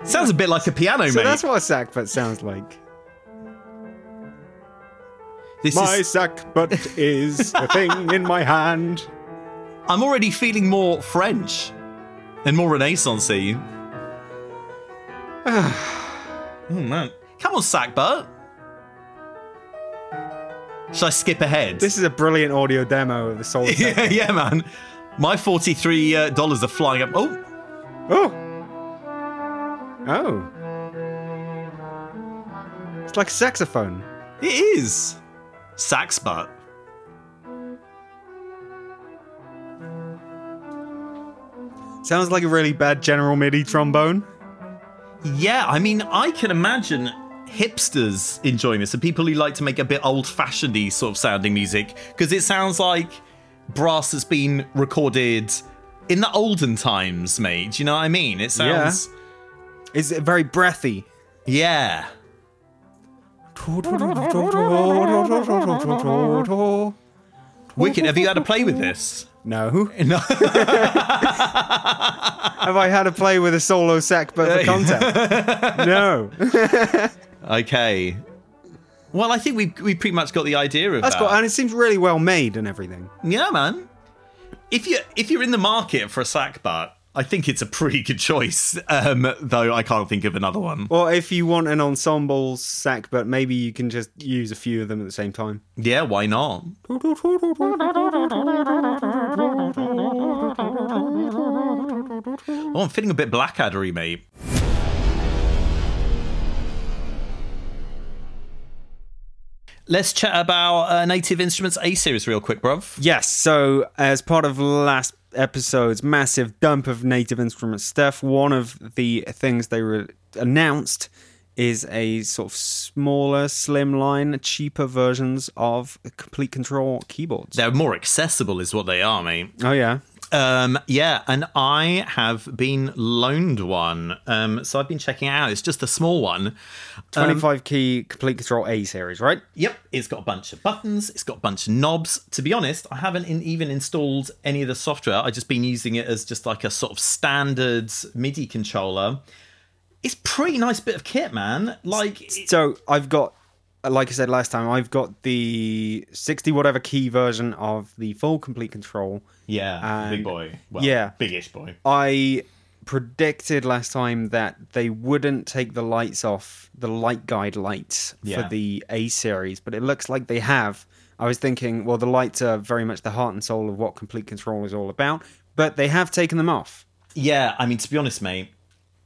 Speaker 1: sounds a bit like a piano,
Speaker 2: so
Speaker 1: mate.
Speaker 2: that's what a sack butt sounds like.
Speaker 1: this
Speaker 2: My
Speaker 1: is,
Speaker 2: sack butt is a thing in my hand.
Speaker 1: I'm already feeling more French and more Renaissancey. oh man, come on, sackbutt. Should I skip ahead?
Speaker 2: This is a brilliant audio demo of the solo. sack
Speaker 1: yeah, yeah, man. My forty-three uh, dollars are flying up. Oh,
Speaker 2: Oh. Oh. It's like a saxophone.
Speaker 1: it is sax butt.
Speaker 2: Sounds like a really bad general MIDI trombone.
Speaker 1: Yeah, I mean, I can imagine hipsters enjoying this and people who like to make a bit old fashioned y sort of sounding music because it sounds like brass that's been recorded in the olden times, mate. Do you know what I mean? It sounds.
Speaker 2: It's very breathy.
Speaker 1: Yeah. Wicked. Have you had a play with this?
Speaker 2: No.
Speaker 1: No.
Speaker 2: Have I had a play with a solo sack but for content? no.
Speaker 1: Okay. Well, I think we we pretty much got the idea of
Speaker 2: That's
Speaker 1: that.
Speaker 2: cool. And it seems really well made and everything.
Speaker 1: Yeah, man. If you if you're in the market for a sack butt, I think it's a pretty good choice. Um, though I can't think of another one.
Speaker 2: Or if you want an ensemble sack, but maybe you can just use a few of them at the same time.
Speaker 1: Yeah, why not? Oh, I'm feeling a bit blackaddery, mate. Let's chat about uh, Native Instruments A series real quick, bruv.
Speaker 2: Yes, so as part of last episode's massive dump of native instrument stuff, one of the things they re- announced is a sort of smaller, slimline, cheaper versions of complete control keyboards.
Speaker 1: They're more accessible, is what they are, mate.
Speaker 2: oh yeah.
Speaker 1: Um, yeah, and I have been loaned one. Um, so I've been checking it out. It's just a small one.
Speaker 2: 25 key complete control A series, right?
Speaker 1: Yep, it's got a bunch of buttons. It's got a bunch of knobs. To be honest, I haven't in, even installed any of the software. I've just been using it as just like a sort of standard MIDI controller. It's pretty nice bit of kit, man. Like, it-
Speaker 2: So I've got, like I said last time, I've got the 60 whatever key version of the full complete control.
Speaker 1: yeah,
Speaker 2: and-
Speaker 1: big boy. Well,
Speaker 2: yeah.
Speaker 1: bigish boy.
Speaker 2: I predicted last time that they wouldn't take the lights off, the light guide lights
Speaker 1: Yeah.
Speaker 2: for the A series, but it looks like they have. I was thinking, well, the lights are very much the heart and soul of what complete control is all about, but they have taken them off.
Speaker 1: Yeah, I mean, to be honest, mate,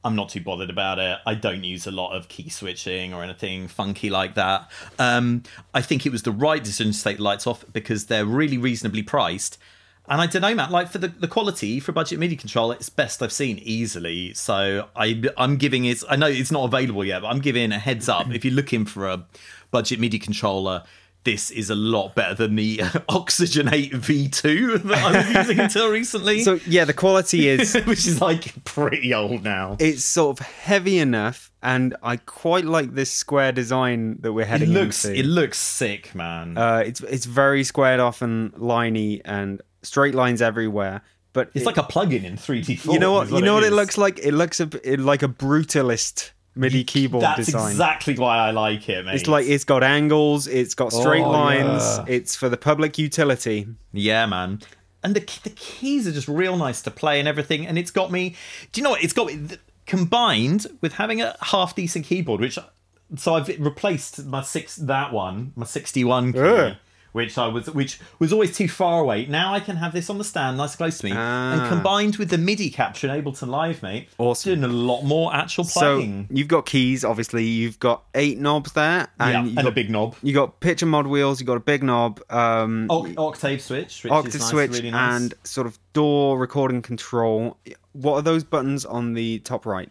Speaker 1: I'm not too bothered about it. I don't use a lot of key switching or anything funky like that. Um, I think it was the right decision to take the lights off because they're really reasonably priced. And I don't know, Matt, like for the, the quality for a budget MIDI controller, it's best I've seen easily. So I, I'm giving it, I know it's not available yet, but I'm giving a heads up. if you're looking for a budget MIDI controller, this is a lot better than the Oxygenate V2 that I was using until recently
Speaker 2: So yeah, the quality is
Speaker 1: which is like pretty old now.
Speaker 2: it's sort of heavy enough, and I quite like this square design that we're
Speaker 1: It
Speaker 2: heading
Speaker 1: looks
Speaker 2: into.
Speaker 1: it looks sick, man.
Speaker 2: Uh, it's it's very squared off and liney and straight lines everywhere. But
Speaker 1: it's
Speaker 2: it-
Speaker 1: like a plug-in in 3D.
Speaker 2: you know what,
Speaker 1: form is
Speaker 2: you know what it
Speaker 1: is.
Speaker 2: looks like. It looks a, it, like a brutalist MIDI keyboard
Speaker 1: That's
Speaker 2: design.
Speaker 1: exactly why I like it, mate.
Speaker 2: it's like it's got angles, it's got straight
Speaker 1: Oh,
Speaker 2: lines.
Speaker 1: yeah.
Speaker 2: It's for the public utility.
Speaker 1: yeah, man. And the key- the keys are just real nice to play and everything. And it's got me. Do you know what? It's got me th- combined with having a half decent keyboard, which so I've replaced my six that one, my 61 key.
Speaker 2: Ugh.
Speaker 1: Which I was, which was always too far away. Now I can have this on the stand, nice close to me, and
Speaker 2: Ah.
Speaker 1: combined with the MIDI capture in Ableton Live, mate,
Speaker 2: Awesome.
Speaker 1: doing a lot more actual
Speaker 2: So
Speaker 1: playing.
Speaker 2: you've got keys, obviously. You've got eight knobs there, and
Speaker 1: yeah,
Speaker 2: you've
Speaker 1: and
Speaker 2: got,
Speaker 1: a big knob,
Speaker 2: You got picture mod wheels. You have got a big knob. Um,
Speaker 1: Oc- octave switch, Oh, which
Speaker 2: octave
Speaker 1: is nice,
Speaker 2: switch
Speaker 1: really nice.
Speaker 2: and sort of door recording control. What are those buttons on the top right?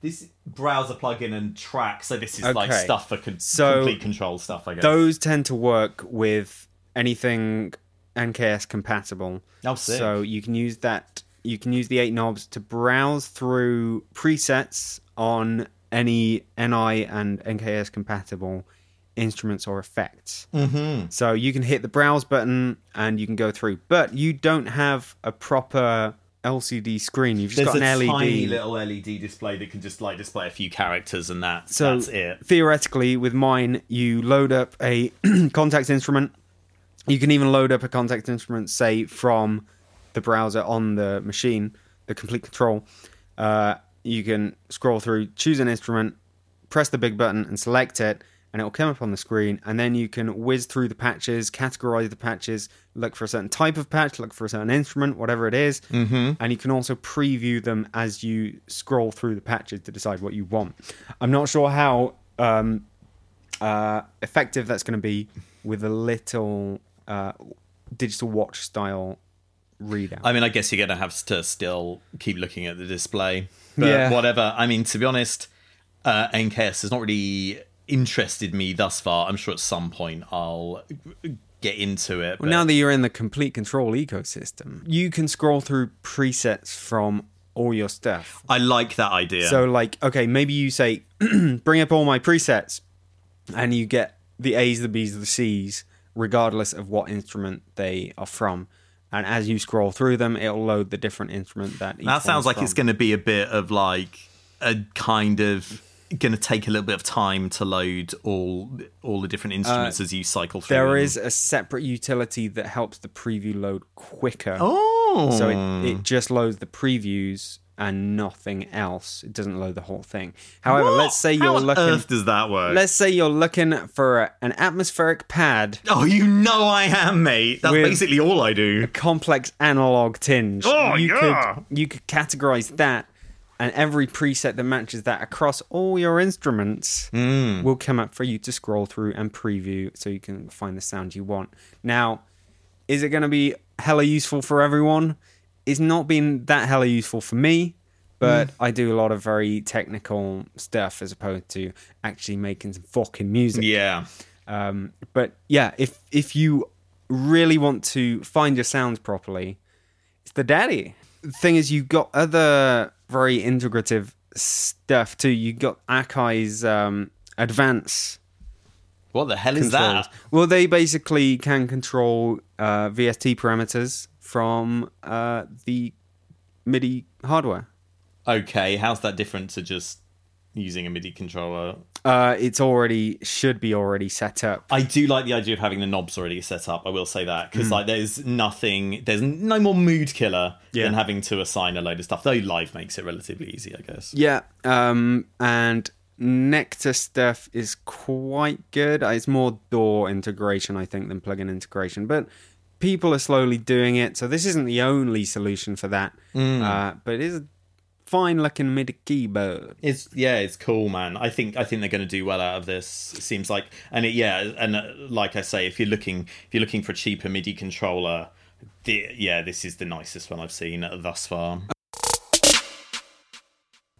Speaker 1: this browser plugin and track. So this is like
Speaker 2: Okay.
Speaker 1: stuff for con-
Speaker 2: So
Speaker 1: complete control stuff, I guess.
Speaker 2: Those tend to work with anything NKS compatible.
Speaker 1: Oh, sick.
Speaker 2: So you can use that. You can use the eight knobs to browse through presets on any NI and NKS compatible instruments or effects.
Speaker 1: Mm-hmm.
Speaker 2: So you can hit the browse button and you can go through, but you don't have a proper LCD screen. You've just
Speaker 1: There's
Speaker 2: got
Speaker 1: a
Speaker 2: an E LED.
Speaker 1: tiny little LED display that can just like display a few characters and that.
Speaker 2: So
Speaker 1: that's it.
Speaker 2: theoretically, with mine, you load up a contact instrument. You can even load up a contact instrument, say from the browser on the machine, the complete control. Uh, you can scroll through, choose an instrument, press the big button, and select it, and it will come up on the screen. And then you can whiz through the patches, categorize the patches, look for a certain type of patch, look for a certain instrument, whatever it is. And you can also preview them as you scroll through the patches to decide what you want. I'm not sure how um, uh, effective that's going to be with a little uh, digital watch style readout.
Speaker 1: I mean, I guess you're gonna have to still keep looking at the display, but
Speaker 2: Yeah.
Speaker 1: whatever. I mean, to be honest, uh, NKS has not really interested me thus far. I'm sure at some point I'll get into it. but-
Speaker 2: Now that you're in the complete control ecosystem, you can scroll through presets from all your stuff.
Speaker 1: I like that idea.
Speaker 2: So, like, okay, maybe you say, bring up all my presets. and you get the A's, the B's, the C's, regardless of what instrument they are from. And as you scroll through them, it'll load the different instrument that. Each
Speaker 1: That sounds like it's
Speaker 2: going.
Speaker 1: going to be a bit of like a kind of going to take a little bit of time to load all all the different instruments as you cycle through.
Speaker 2: Uh, There
Speaker 1: them.
Speaker 2: is a separate utility that helps the preview load quicker.
Speaker 1: oh,
Speaker 2: So it, it just loads the previews and nothing else. It doesn't load the whole thing. However, let's say
Speaker 1: How
Speaker 2: you're
Speaker 1: on
Speaker 2: looking.
Speaker 1: Earth does that work?
Speaker 2: Let's say you're looking for a- an atmospheric pad,
Speaker 1: oh, you know I am, mate. That's
Speaker 2: With-
Speaker 1: basically all I do.
Speaker 2: complex analog tinge.
Speaker 1: Oh,
Speaker 2: you
Speaker 1: yeah.
Speaker 2: Could, you could categorize that, and every preset that matches that across all your instruments
Speaker 1: Hmm.
Speaker 2: will come up for you to scroll through and preview, so you can find the sound you want. Now, is it going to be hella useful for everyone? It's not been that hella useful for me, but
Speaker 1: Hmm.
Speaker 2: I do a lot of very technical stuff as opposed to actually making some fucking music.
Speaker 1: Yeah.
Speaker 2: Um, but yeah, if if you really want to find your sounds properly, it's the daddy. The thing is, you've got other very integrative stuff too. You've got Akai's um, advance
Speaker 1: What the hell is
Speaker 2: controls.
Speaker 1: that?
Speaker 2: Well, they basically can control uh, VST parameters from uh, the MIDI hardware.
Speaker 1: Okay, how's that different to just using a MIDI controller?
Speaker 2: Uh, it's already should be already set up.
Speaker 1: I do like the idea of having the knobs already set up. I will say that because like there's nothing, there's no more mood killer
Speaker 2: Yeah.
Speaker 1: than having to assign a load of stuff. Though live makes it relatively easy, I guess.
Speaker 2: Yeah, um, and Nectar stuff is quite good. Uh, It's more door integration, I think, than plugin integration, but people are slowly doing it. So this isn't the only solution for that, uh, but it is a fine looking MIDI keyboard.
Speaker 1: It's yeah, it's cool, man. I think I think they're going to do well out of this. It seems like, and it, yeah, and uh, like I say, if you're looking if you're looking for a cheaper MIDI controller, the, yeah, this is the nicest one I've seen thus far.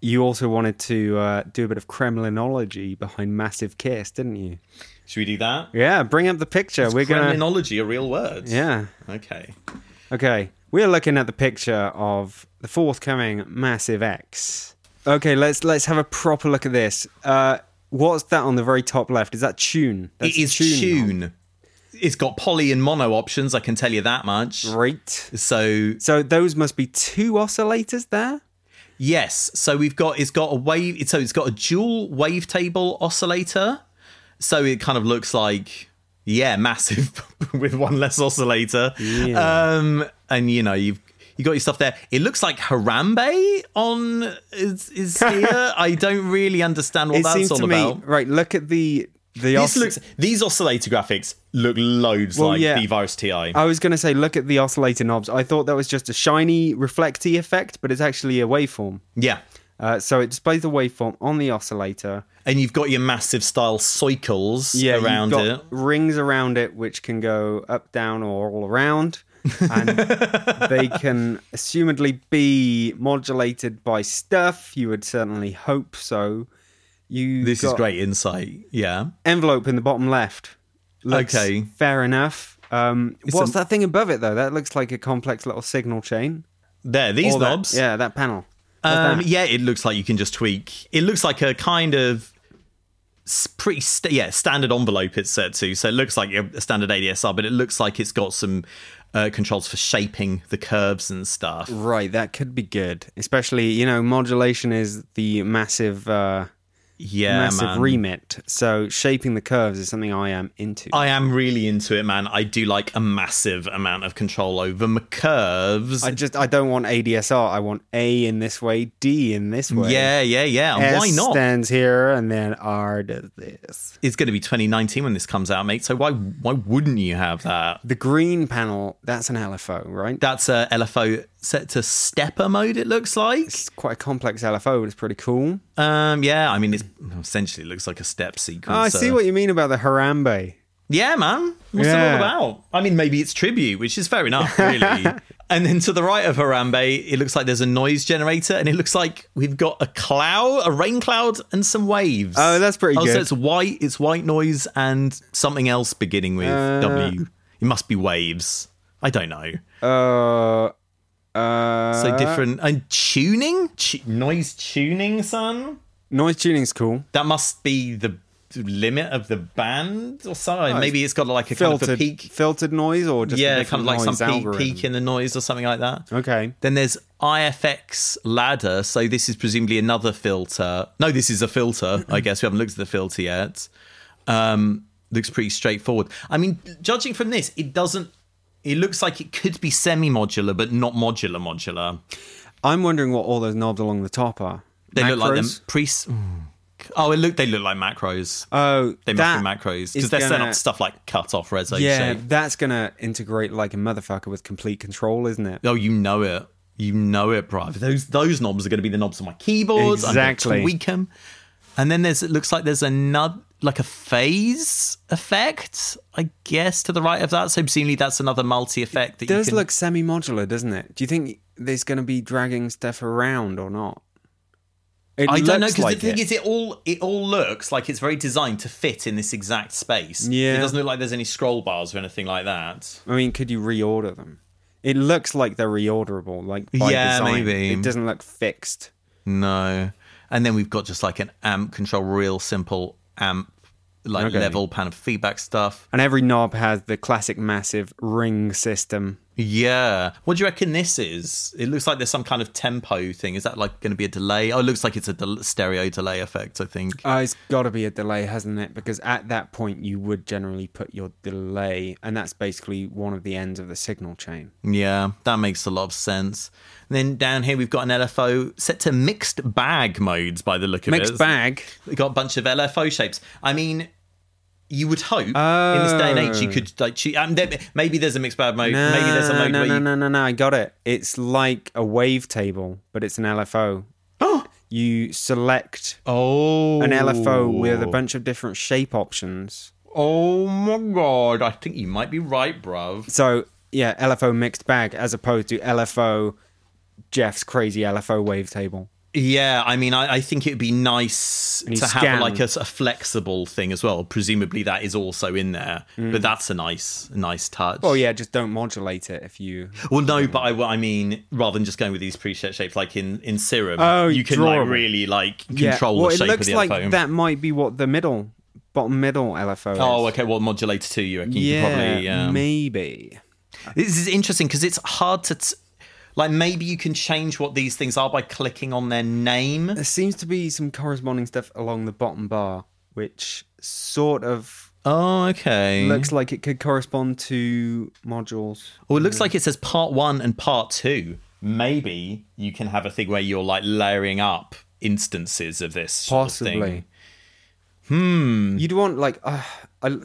Speaker 2: You also wanted to uh, do a bit of Kremlinology behind Massive Kiss, didn't you?
Speaker 1: Should we do that?
Speaker 2: Yeah, bring up the picture. We're gonna.
Speaker 1: Kremlinology, a real word.
Speaker 2: Yeah.
Speaker 1: Okay.
Speaker 2: Okay, we're looking at the picture of the forthcoming Massive X. Okay, let's let's have a proper look at this. Uh, what's that on the very top left? Is that tune? That's
Speaker 1: it is
Speaker 2: tune.
Speaker 1: tune. It's got poly and mono options. I can tell you that much.
Speaker 2: Great.
Speaker 1: So
Speaker 2: So those must be two oscillators there.
Speaker 1: yes, so we've got it's got a wave. So it's got a dual wavetable oscillator. So it kind of looks like yeah, massive with one less oscillator.
Speaker 2: Yeah.
Speaker 1: Um, and you know you've. You got your stuff there. It looks like Harambe on is, is here. I don't really understand what
Speaker 2: it
Speaker 1: that's
Speaker 2: seems
Speaker 1: all
Speaker 2: to me.
Speaker 1: about.
Speaker 2: Right, look at the the.
Speaker 1: This
Speaker 2: oscill-
Speaker 1: looks these oscillator graphics look loads
Speaker 2: Well,
Speaker 1: like
Speaker 2: yeah. Uh,
Speaker 1: the Virus TI.
Speaker 2: I was going to say, look at the oscillator knobs. I thought that was just a shiny, reflecty effect, but it's actually a waveform.
Speaker 1: yeah.
Speaker 2: Uh, so it displays the waveform on the oscillator.
Speaker 1: and you've got your massive style cycles
Speaker 2: you've
Speaker 1: around
Speaker 2: got
Speaker 1: it.
Speaker 2: Rings around it, which can go up, down, or all around. and they can assumedly be modulated by stuff. You would certainly hope so. You
Speaker 1: This is great insight. Yeah.
Speaker 2: Envelope in the bottom left. Looks
Speaker 1: Okay.
Speaker 2: fair enough. Um, what's
Speaker 1: a-
Speaker 2: that thing above it though? That looks like a complex little signal chain.
Speaker 1: There, these
Speaker 2: All that-
Speaker 1: knobs.
Speaker 2: yeah, that panel. What's
Speaker 1: Um,
Speaker 2: that?
Speaker 1: yeah, it looks like you can just tweak. It looks like a kind of s- pretty st- yeah standard envelope it's set to. So it looks like a a standard ADSR, but it looks like it's got some uh, controls for shaping the curves and stuff.
Speaker 2: Right, that could be good. Especially, you know, modulation is the massive uh,
Speaker 1: Yeah,
Speaker 2: massive
Speaker 1: man.
Speaker 2: remit. So shaping the curves is something I am into.
Speaker 1: I am really into it, man. I do like a massive amount of control over my curves.
Speaker 2: I just I don't want ADSR. I want A in this way, D in this way.
Speaker 1: yeah, yeah, yeah. And
Speaker 2: S
Speaker 1: Why not?
Speaker 2: stands here, and then R does this.
Speaker 1: it's going to be 2019 when this comes out, mate. So why why wouldn't you have that?
Speaker 2: The green panel, that's an LFO, right?
Speaker 1: That's a LFO set to stepper mode. It looks like.
Speaker 2: That's quite a complex LFO, but it's pretty cool.
Speaker 1: Um, yeah, I mean, it's essentially it looks like a step sequence.
Speaker 2: I see what you mean about the Harambe.
Speaker 1: Yeah, man. What's
Speaker 2: Yeah.
Speaker 1: it all about? I mean, maybe it's tribute, which is fair enough, really. and then to the right of Harambe, it looks like there's a noise generator, and it looks like we've got a cloud, a rain cloud, and some waves.
Speaker 2: Oh, that's pretty
Speaker 1: oh,
Speaker 2: good.
Speaker 1: So it's white, it's white noise, and something else beginning with W. It must be waves. I don't know.
Speaker 2: Uh, uh,
Speaker 1: So different and tuning, Tu- noise tuning, son.
Speaker 2: noise tuning's cool.
Speaker 1: That must be the limit of the band or something.
Speaker 2: it's
Speaker 1: Maybe it's got like a kind of a
Speaker 2: filtered
Speaker 1: peak.
Speaker 2: filtered noise or just a
Speaker 1: Yeah, kind
Speaker 2: different
Speaker 1: of like some
Speaker 2: noise
Speaker 1: peak,
Speaker 2: algorithm?
Speaker 1: peak in the noise or something like that.
Speaker 2: Okay.
Speaker 1: Then there's IFX ladder. So this is presumably another filter. No, this is a filter. I guess we haven't looked at the filter yet. Um, looks pretty straightforward. I mean, judging from this, it doesn't. It looks like it could be semi-modular, but not modular. Modular.
Speaker 2: I'm wondering what all those knobs along the top are.
Speaker 1: They look like them.
Speaker 2: Macros?
Speaker 1: Pre- oh, it look. They look like macros.
Speaker 2: Oh,
Speaker 1: they
Speaker 2: that
Speaker 1: must be macros
Speaker 2: is
Speaker 1: because they're set
Speaker 2: gonna-
Speaker 1: up stuff like cutoff reso
Speaker 2: Yeah,
Speaker 1: shape.
Speaker 2: that's gonna integrate like a motherfucker with complete control, isn't it?
Speaker 1: Oh, you know it. You know it, bruv. Those those knobs are going to be the knobs on my keyboards. I'm
Speaker 2: Exactly.
Speaker 1: going to tweak 'em. And then there's it looks like there's another like a phase effect, I guess, to the right of that. So presumably that's another multi effect that
Speaker 2: does
Speaker 1: you can.
Speaker 2: look semi-modular, doesn't it? Do you think there's going to be dragging stuff around or not? It
Speaker 1: I don't know
Speaker 2: looks
Speaker 1: because
Speaker 2: like
Speaker 1: the thing
Speaker 2: it.
Speaker 1: is, it all it all looks like it's very designed to fit in this exact space.
Speaker 2: Yeah.
Speaker 1: it doesn't look like there's any scroll bars or anything like that.
Speaker 2: I mean, could you reorder them? It looks like they're reorderable, like by
Speaker 1: Yeah,
Speaker 2: design.
Speaker 1: maybe.
Speaker 2: It doesn't look fixed.
Speaker 1: No. And then we've got just like an amp control, real simple amp like
Speaker 2: Okay.
Speaker 1: level pan of feedback stuff.
Speaker 2: And every knob has the classic massive ring system.
Speaker 1: Yeah. What do you reckon this is? It looks like there's some kind of tempo thing. Is that like going to be a delay? Oh, it looks like it's a del- stereo delay effect, I think.
Speaker 2: Uh, it's got to be a delay, hasn't it? Because at that point, you would generally put your delay, and that's basically one of the ends of the signal chain.
Speaker 1: yeah, that makes a lot of sense. And then down here we've got an LFO set to mixed bag modes by the look of it.
Speaker 2: Mixed bag.
Speaker 1: We've got a bunch of LFO shapes. I mean, you would hope in this day and age you could like choose. Um, there, maybe there's a mixed bag mode.
Speaker 2: No,
Speaker 1: maybe there's a mode
Speaker 2: Oh. no,
Speaker 1: where
Speaker 2: no,
Speaker 1: you
Speaker 2: no, no, no. I got it. It's like a wavetable, but it's an LFO. Oh. You select
Speaker 1: Oh,
Speaker 2: an LFO with a bunch of different shape options.
Speaker 1: Oh my god! I think you might be right, bruv.
Speaker 2: So yeah, LFO mixed bag as opposed to LFO Jeff's crazy LFO wavetable.
Speaker 1: Yeah, I mean, I, I think it'd be nice
Speaker 2: you
Speaker 1: to
Speaker 2: scan.
Speaker 1: have like a, s- a flexible thing as well. Presumably that is also in there, but that's a nice, nice touch.
Speaker 2: Oh yeah, just don't modulate it if you.
Speaker 1: Well, no, but I, I mean, rather than just going with these preset shapes, like in in Serum,
Speaker 2: Oh,
Speaker 1: you can
Speaker 2: drawable.
Speaker 1: like really like control
Speaker 2: yeah. Well,
Speaker 1: the
Speaker 2: it
Speaker 1: shape
Speaker 2: looks
Speaker 1: of the
Speaker 2: like
Speaker 1: LFO.
Speaker 2: that might be what the middle, bottom middle LFO. Is.
Speaker 1: Oh, okay. Well, modulator two, you reckon? You
Speaker 2: Yeah,
Speaker 1: could probably, um,
Speaker 2: maybe.
Speaker 1: This is interesting because it's hard to. T- like maybe you can change what these things are by clicking on their name.
Speaker 2: There seems to be some corresponding stuff along the bottom bar, which sort of
Speaker 1: Oh, okay.
Speaker 2: looks like it could correspond to modules.
Speaker 1: well, it looks like it says part one and part two. Maybe you can have a thing where you're like layering up instances of this sort of thing.
Speaker 2: possibly. Hmm. You'd want like, uh, I,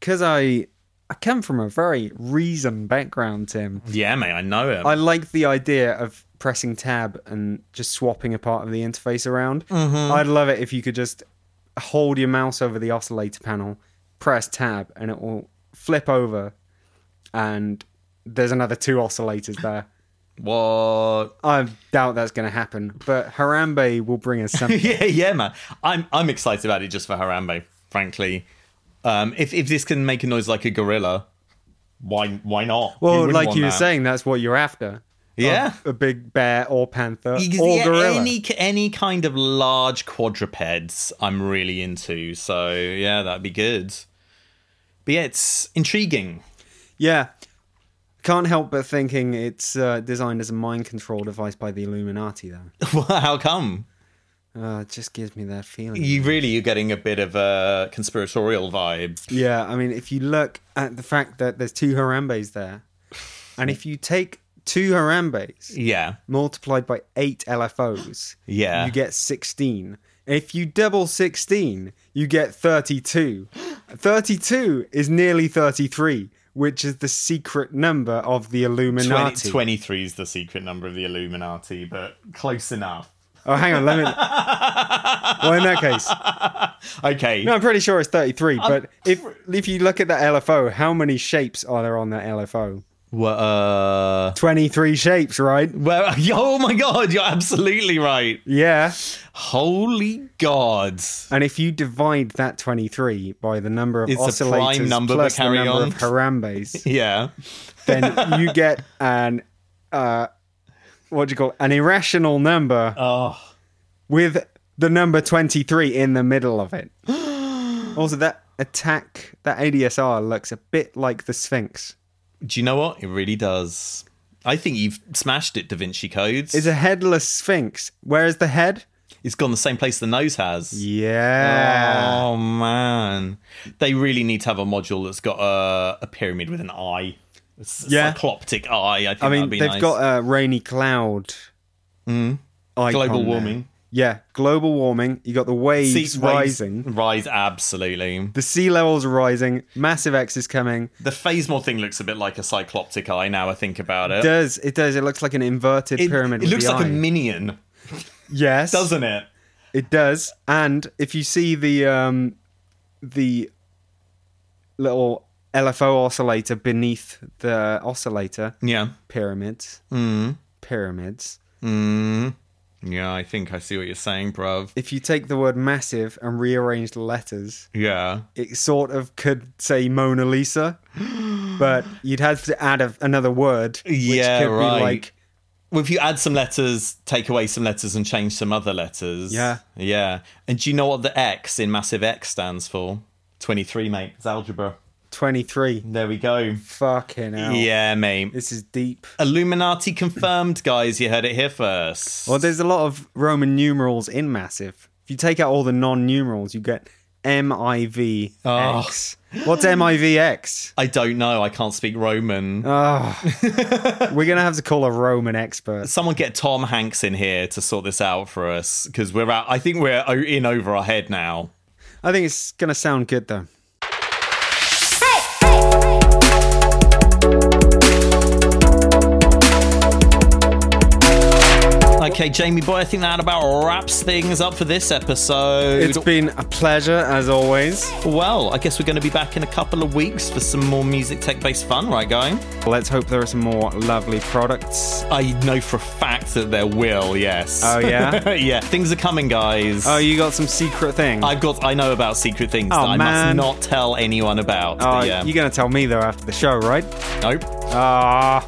Speaker 2: because I, I come from a very reason background, Tim.
Speaker 1: Yeah, mate, I know it.
Speaker 2: I like the idea of pressing tab and just swapping a part of the interface around.
Speaker 1: Mm-hmm.
Speaker 2: I'd love it if you could just hold your mouse over the oscillator panel, press tab, and it will flip over, and there's another two oscillators there.
Speaker 1: what?
Speaker 2: I doubt that's going to happen, but Harambe will bring us something.
Speaker 1: yeah, yeah, man. I'm I'm excited about it just for Harambe, frankly. Um, if if this can make a noise like a gorilla, why why not? Who
Speaker 2: Well,
Speaker 1: wouldn't
Speaker 2: like
Speaker 1: want
Speaker 2: you were
Speaker 1: that?
Speaker 2: saying, that's what you're after.
Speaker 1: Yeah.
Speaker 2: A, a big bear or panther
Speaker 1: Ex-
Speaker 2: or
Speaker 1: yeah,
Speaker 2: gorilla.
Speaker 1: Any any kind of large quadrupeds, I'm really into. So yeah, that'd be good. But yeah, it's intriguing.
Speaker 2: Yeah. Can't help but thinking it's uh, designed as a mind control device by the Illuminati, though.
Speaker 1: Well, How come?
Speaker 2: Uh, it just gives me that feeling.
Speaker 1: You really you're getting a bit of a conspiratorial vibe.
Speaker 2: Yeah, I mean, if you look at the fact that there's two Harambes there, and if you take two Harambes
Speaker 1: Yeah.
Speaker 2: multiplied by eight LFOs,
Speaker 1: Yeah.
Speaker 2: you get 16. If you double 16, you get 32. 32 is nearly 33, which is the secret number of the Illuminati.
Speaker 1: 20, 23 is the secret number of the Illuminati, but close enough.
Speaker 2: Oh, hang on, let me. well, in that case,
Speaker 1: Okay.
Speaker 2: no, I'm pretty sure it's 33. But if if you look at that LFO, how many shapes are there on that LFO?
Speaker 1: Well, uh,
Speaker 2: 23 shapes, right?
Speaker 1: well, oh my god, you're absolutely right.
Speaker 2: Yeah.
Speaker 1: Holy god.
Speaker 2: And if you divide that 23 by the number of
Speaker 1: It's a
Speaker 2: oscillators
Speaker 1: prime number, but
Speaker 2: plus
Speaker 1: carry
Speaker 2: the number
Speaker 1: on.
Speaker 2: of Harambes,
Speaker 1: Yeah.
Speaker 2: then you get an uh, what do you call it? an irrational number
Speaker 1: Oh.
Speaker 2: with the number 23 in the middle of it. Also, that attack, that ADSR looks a bit like the Sphinx.
Speaker 1: Do you know what? It really does. I think you've smashed it, Da Vinci Codes.
Speaker 2: It's a headless Sphinx. Where is the head?
Speaker 1: it's gone the same place the nose has.
Speaker 2: Yeah.
Speaker 1: Oh man, they really need to have a module that's got a, a pyramid with an eye, a s-
Speaker 2: Yeah.
Speaker 1: cycloptic eye. I think
Speaker 2: Oh, I mean,
Speaker 1: that'd be
Speaker 2: they've
Speaker 1: nice. Mm.
Speaker 2: got a rainy cloud. icon
Speaker 1: Global
Speaker 2: there.
Speaker 1: warming.
Speaker 2: Yeah, global warming. You got the waves
Speaker 1: Sea- rise-
Speaker 2: rising.
Speaker 1: rise absolutely.
Speaker 2: The sea levels are rising. Massive X is coming.
Speaker 1: The Phasmor thing looks a bit like a cycloptic eye. Now I think about it.
Speaker 2: Does it does it looks like an inverted
Speaker 1: it,
Speaker 2: pyramid?
Speaker 1: it
Speaker 2: with
Speaker 1: looks
Speaker 2: the
Speaker 1: like a
Speaker 2: eye.
Speaker 1: minion,
Speaker 2: yes,
Speaker 1: doesn't it?
Speaker 2: It does. And if you see the um the little LFO oscillator beneath the oscillator
Speaker 1: Yeah.
Speaker 2: pyramids.
Speaker 1: Mm.
Speaker 2: Pyramids.
Speaker 1: Yeah, I think I see what you're saying, bruv.
Speaker 2: If you take the word massive and rearrange the letters,
Speaker 1: Yeah.
Speaker 2: it sort of could say Mona Lisa, but you'd have to add a, another word which
Speaker 1: Yeah,
Speaker 2: could
Speaker 1: right.
Speaker 2: be like
Speaker 1: Well, if you add some letters, take away some letters, and change some other letters.
Speaker 2: Yeah.
Speaker 1: Yeah. And do you know what the X in Massive X stands for? 23, mate. It's algebra.
Speaker 2: 23.
Speaker 1: There we go.
Speaker 2: Fucking hell.
Speaker 1: Yeah, mate.
Speaker 2: This is deep.
Speaker 1: Illuminati confirmed, guys. You heard it here first.
Speaker 2: Well, there's a lot of Roman numerals in massive. If you take out all the non-numerals, you get MIVX.
Speaker 1: Oh.
Speaker 2: What's MIVX?
Speaker 1: I don't know. I can't speak Roman.
Speaker 2: We're gonna have to call a Roman expert.
Speaker 1: Someone get Tom Hanks in here to sort this out for us because we're out. I think we're o- in over our head now.
Speaker 2: I think it's gonna sound good though.
Speaker 1: Okay, Jamie boy, I think that about wraps things up for this episode.
Speaker 2: It's been a pleasure as always.
Speaker 1: Well, I guess we're going to be back in a couple of weeks for some more music tech based fun, right, guy?
Speaker 2: Let's hope there are some more lovely products.
Speaker 1: I know for a fact that there will, yes.
Speaker 2: Oh yeah.
Speaker 1: yeah, things are coming, guys.
Speaker 2: oh, you got some secret thing.
Speaker 1: I've got, I know about secret things
Speaker 2: Oh,
Speaker 1: that I must
Speaker 2: man.
Speaker 1: not tell anyone about.
Speaker 2: Oh,
Speaker 1: but yeah.
Speaker 2: you're gonna tell me though after the show, right?
Speaker 1: nope.
Speaker 2: Ah.